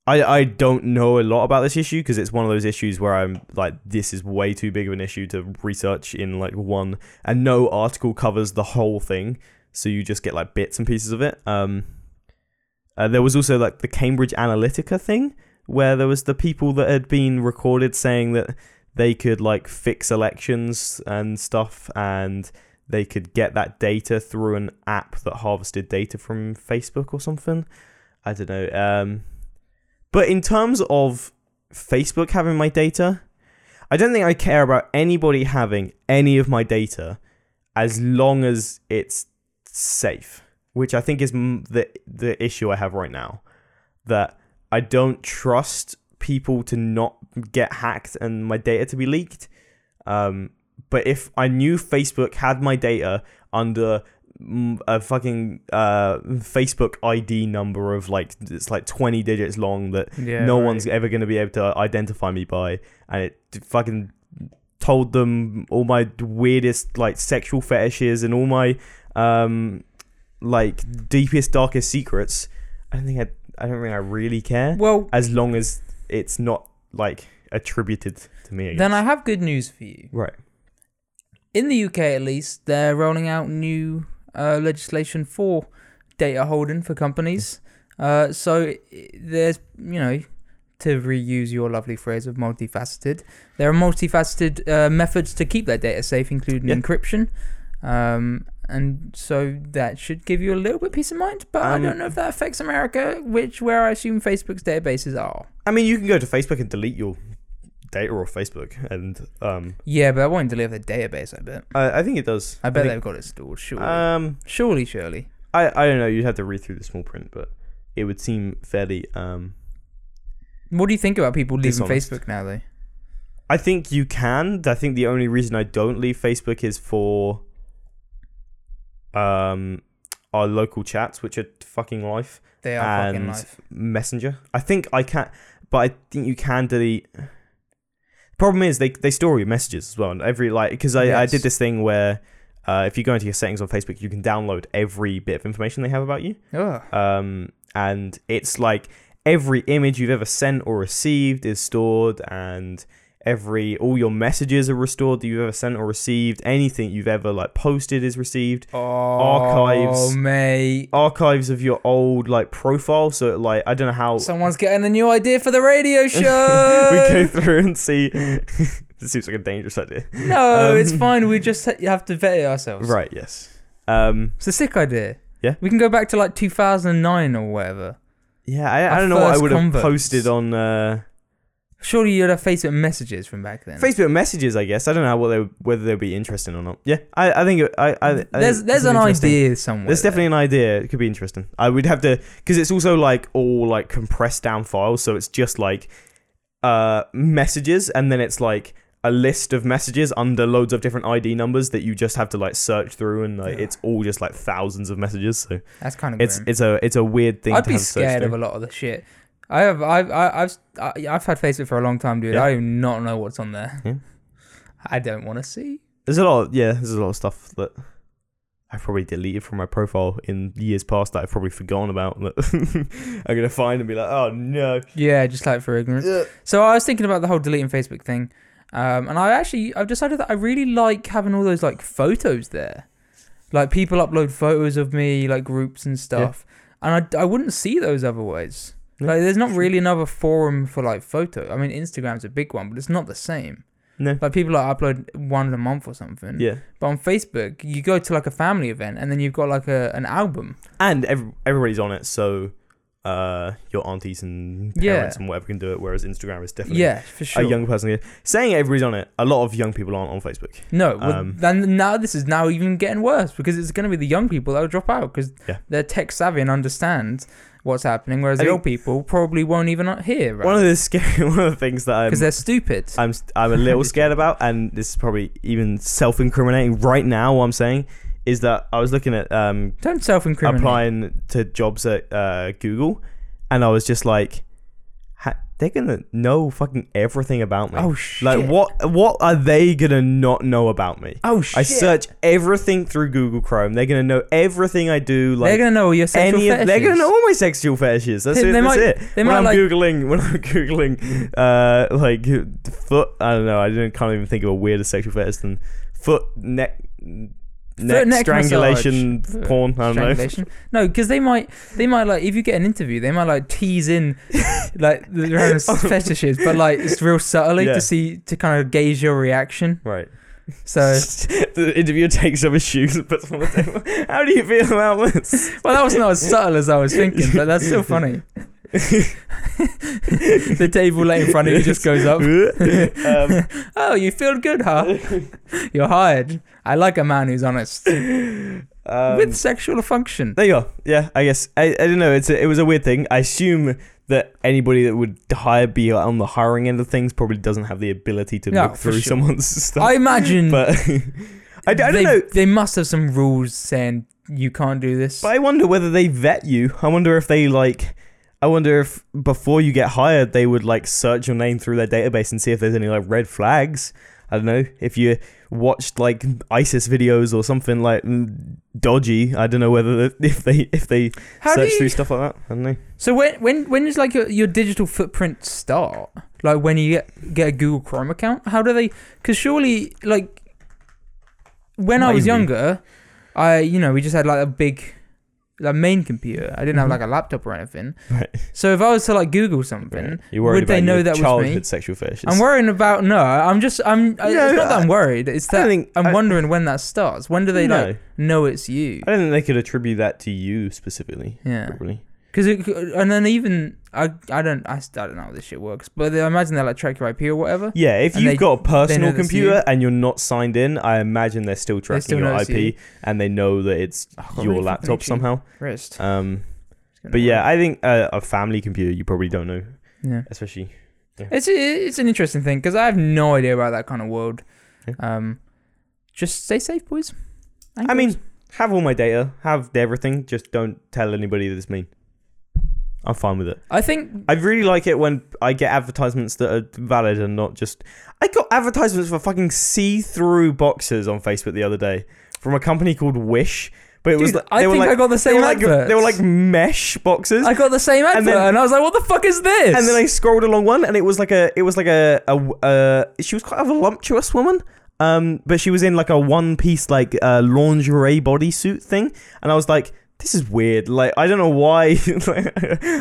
S2: I, I don't know a lot about this issue because it's one of those issues where I'm like this is way too big of an issue to research in like one and no article covers the whole thing so you just get like bits and pieces of it. Um, uh, there was also like the Cambridge Analytica thing, where there was the people that had been recorded saying that they could like fix elections and stuff, and they could get that data through an app that harvested data from Facebook or something. I don't know. Um, but in terms of Facebook having my data, I don't think I care about anybody having any of my data as long as it's safe, which I think is m- the the issue I have right now. That I don't trust people to not get hacked and my data to be leaked. Um, but if I knew Facebook had my data under mm, a fucking uh, Facebook ID number of like it's like twenty digits long that
S1: yeah,
S2: no
S1: right.
S2: one's ever going to be able to identify me by and it d- fucking told them all my d- weirdest like sexual fetishes and all my um like deepest darkest secrets i don't think i i don't think i really care
S1: Well,
S2: as long as it's not like attributed to me I
S1: then I
S2: guess.
S1: have good news for you.
S2: right
S1: in the UK at least, they're rolling out new uh, legislation for data holding for
S2: Mm-hmm.
S1: companies. Uh, so i- there's, you know, to reuse your lovely phrase of multifaceted, there are multifaceted uh, methods to keep that data safe, including
S2: Yeah.
S1: encryption. Um, and so that should give you a little bit peace of mind. But I
S2: Um,
S1: don't know if that affects America, which where I assume Facebook's databases are.
S2: I mean, you can go to Facebook and delete your data off Facebook, and um,
S1: Yeah, but I won't deliver the database. I bet.
S2: I, I think it does.
S1: I bet
S2: think-
S1: they've got it stored. Surely,
S2: Um,
S1: surely, surely.
S2: I I don't know. You'd have to read through the small print, but it would seem fairly. Um,
S1: What do you think about people leaving
S2: Dishonest.
S1: Facebook now, though?
S2: I think you can. I think the only reason I don't leave Facebook is for um our local chats, which are fucking life.
S1: They are fucking
S2: And-
S1: life.
S2: Messenger. I think I can, but I think you can delete. Problem is they they store your messages as well, and every like because I, I
S1: Yes.
S2: did this thing where uh, if you go into your settings on Facebook, you can download every bit of information they have about you.
S1: Ugh.
S2: um, and it's like every image you've ever sent or received is stored and every all your messages are restored that you've ever sent or received anything you've ever like posted is received
S1: Oh,
S2: Archives.
S1: mate.
S2: archives of your old like profile so like i don't know how
S1: Someone's getting a new idea for the radio
S2: Oh. we
S1: show.
S2: go through and see this seems like a dangerous idea
S1: no,
S2: Um,
S1: it's fine. We just ha- have to vet it ourselves.
S2: right yes um
S1: It's a sick idea.
S2: Yeah.
S1: We can go back to like 2009 or whatever.
S2: yeah i,
S1: Our
S2: I don't know what i
S1: first
S2: would have
S1: converts.
S2: posted on uh
S1: Surely you'd have Facebook messages from back then.
S2: Facebook messages, I guess. I don't know what they, whether they'd be interesting or not. Yeah, I, I think it- I, I, I think
S1: there's
S2: this
S1: there's
S2: is
S1: an
S2: interesting.
S1: idea somewhere.
S2: There's
S1: there.
S2: definitely an idea. It could be interesting. I would have to because it's also like all like compressed down files, so it's just like uh messages, and then it's like a list of messages under loads of different ID numbers that you just have to like search through, and like
S1: Yeah.
S2: it's all just like thousands of messages. So
S1: that's kind of
S2: it's it's a it's a weird thing.
S1: I'd
S2: to
S1: be
S2: have to search
S1: scared of
S2: through.
S1: a lot of the shit. I have I've I- I've I- I've had Facebook for a long time, dude.
S2: Yeah.
S1: I do not know what's on there.
S2: Yeah.
S1: I don't want to see.
S2: There's a lot. Of, yeah, there's a lot of stuff that. I've probably deleted from my profile in years past that I've probably forgotten about that I'm gonna find and be like, oh no.
S1: Yeah, just like for ignorance.
S2: Ugh.
S1: So I was thinking about the whole deleting Facebook thing, um, and I actually I've decided that I really like having all those like photos there, like people upload photos of me, like groups and stuff, and I, I wouldn't see those otherwise.
S2: Yeah.
S1: Like, there's not really another forum for like photo. I mean, Instagram's a big one, but it's not the same.
S2: No.
S1: Like people like upload one a month or something.
S2: Yeah.
S1: But on Facebook, you go to like a family event, and then you've got like a an album.
S2: and ev- everybody's on it, so uh, your aunties and
S1: Yeah.
S2: parents and whatever can do it. Whereas Instagram is definitely
S1: Yeah, for sure.
S2: a young person. Saying everybody's on it, a lot of young people aren't on Facebook.
S1: No, well,
S2: Um,
S1: then now this is now even getting worse because it's going to be the young people that will drop out because
S2: Yeah.
S1: they're tech savvy and understand what's happening, whereas
S2: I
S1: the
S2: mean-
S1: old people probably won't even uh, hear
S2: One
S1: right
S2: of the um, scary, one of the things that I'm,
S1: because they're stupid.
S2: I'm, s- I'm a little scared about, and this is probably even self-incriminating right now. What I'm saying is that I was looking at um,
S1: Don't self-incriminate.
S2: applying to jobs at uh, Google, and I was just like, "Ha- they're gonna know fucking everything about me.
S1: Oh shit!
S2: like what? What are they gonna not know about me?
S1: Oh shit!
S2: I search everything through Google Chrome. They're gonna know everything I do.
S1: they're
S2: Like
S1: gonna know all your sexual
S2: any, of,
S1: fetishes.
S2: they're gonna know all my sexual fetishes. That's
S1: They-
S2: it.
S1: they
S2: that's
S1: might-
S2: it.
S1: they
S2: when
S1: might,
S2: I'm
S1: like-
S2: googling, when I'm googling, uh, like foot. I don't know. I didn't. Can't even think of a weirder sexual fetish than foot neck. Neck,
S1: neck
S2: strangulation
S1: massage.
S2: porn. I don't know.
S1: Strangulation. No, because they might, they might like if you get an interview, they might like tease in like the random s- fetishes, but like it's real subtly
S2: Oh. Yeah.
S1: to see to kind of gauge your reaction.
S2: Right.
S1: So,
S2: the interviewer takes off his shoes and puts them on the table. How do you feel about this?
S1: well, that was not as subtle as I was thinking, but that's still funny. the table lay in front of you just goes up.
S2: um,
S1: oh, you feel good, huh? You're hired. I like a man who's honest
S2: um,
S1: with sexual function.
S2: There you go. Yeah, I guess I, I don't know. It's a, it was a weird thing. I assume that anybody that would hire be on the hiring end of things probably doesn't have the ability to
S1: No,
S2: look
S1: for
S2: through
S1: sure.
S2: someone's stuff.
S1: I imagine
S2: but I, I don't
S1: they,
S2: know.
S1: they must have some rules saying you can't do this.
S2: But I wonder whether they vet you. I wonder if they like. I wonder if before you get hired, they would like search your name through their database and see if there's any like red flags. I don't know if you watched like ISIS videos or something like dodgy. I don't know whether if they if they
S1: How do
S2: search
S1: you
S2: through stuff like that. I don't know.
S1: So when when when does like your, your digital footprint start? Like when you get get a Google Chrome account? How do they? Because surely like when I was
S2: Maybe.
S1: younger, I you know we just had like a big like main computer. I didn't have like a laptop or anything.
S2: Mm-hmm. Right.
S1: So if I was to like Google something,
S2: You're worried
S1: Would
S2: about
S1: they know
S2: your
S1: that was me?
S2: childhood sexual fetishes.
S1: I'm worried about no. I'm just I'm. I-
S3: No,
S1: it's not that
S3: I-
S1: I'm worried. It's
S3: I don't
S1: that
S3: think-
S1: I'm
S3: I-
S1: wondering when that starts. When do they
S2: no,
S1: like know it's you?
S2: I don't think they could attribute that to you specifically.
S1: Yeah.
S2: Probably.
S1: Because and then even I I don't I, s- I don't know how this shit works, but I imagine they like track your IP or whatever.
S2: Yeah, if
S1: And
S2: you've
S1: they-
S2: got a personal
S1: know that's
S2: computer
S1: you.
S2: and you're not signed in, I imagine they're still tracking
S1: still know
S2: your
S1: it's
S2: IP and they know that it's
S1: I've got
S2: your
S1: really fucking
S2: laptop
S1: itchy
S2: somehow.
S1: Wrist.
S2: Um,
S1: It's gonna
S2: but
S1: work.
S2: yeah, I think uh, a family computer you probably don't know,
S1: yeah.
S2: especially.
S1: It's it's an interesting thing because I have no idea about that kind of world.
S2: Yeah.
S1: Um, just stay safe, boys. And
S2: I mean,
S1: girls.
S2: have all my data, have everything, just don't tell anybody that it's me. I'm fine with it.
S1: I think
S2: I really like it when I get advertisements that are valid and not just. I got advertisements for fucking see-through boxes on Facebook the other day from a company called Wish, but it was
S1: Dude,
S2: like,
S1: I
S2: they were
S1: think
S2: like
S1: I got the
S2: they
S1: same
S2: were like
S1: advert.
S2: they were like mesh boxes.
S1: I got the same advert,
S2: And
S1: and,
S2: then-
S1: I was like, "What the fuck is this?"
S2: and then I scrolled along one, and it was like a, it was like a, a, uh, she was quite a voluptuous woman, um, but she was in like a one piece like uh, lingerie bodysuit thing, and I was like, this is weird. Like I don't know why.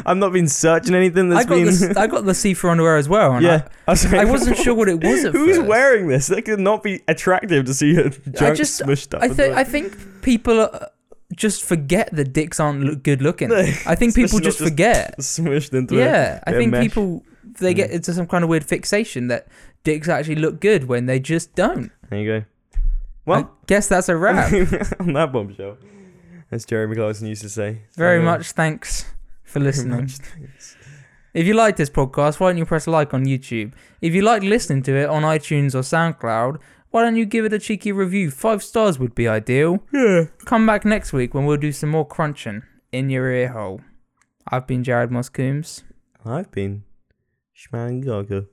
S2: I've not been searching anything
S1: I
S2: that's
S1: got
S2: been.
S1: the I got the see for underwear as well. And
S2: yeah, I, was
S1: I,
S2: like,
S1: I wasn't sure what it was at
S2: Who's
S1: first.
S2: wearing this? That could not be attractive to see a junk
S1: just-
S2: smushed up.
S1: I
S2: into
S1: think
S2: it.
S1: I think people uh, just forget that dicks aren't look good looking.
S2: No,
S1: I think people
S2: especially not
S1: just
S2: just
S1: forget.
S2: smushed into it.
S1: Yeah, I
S2: bit of
S1: think
S2: mesh.
S1: people they get
S2: Mm.
S1: into some kind of weird fixation that dicks actually look good when they just don't.
S2: There you go. Well,
S1: I guess that's a wrap.
S2: on that bombshell, as Jeremy Clarkson used to say.
S1: Very
S2: Um,
S1: much thanks for
S2: very
S1: listening.
S2: much thanks.
S1: If you like this podcast, why don't you press like on YouTube? If you like listening to it on iTunes or SoundCloud, why don't you give it a cheeky review? Five stars would be ideal.
S2: Yeah.
S1: Come back next week when we'll do some more crunching in your ear hole. I've been Jared Moscoombs.
S2: I've been Schmangaga,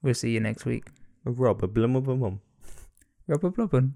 S1: We'll see you next week.
S2: a robber, blum of a mum.
S1: Rubber blubbin'.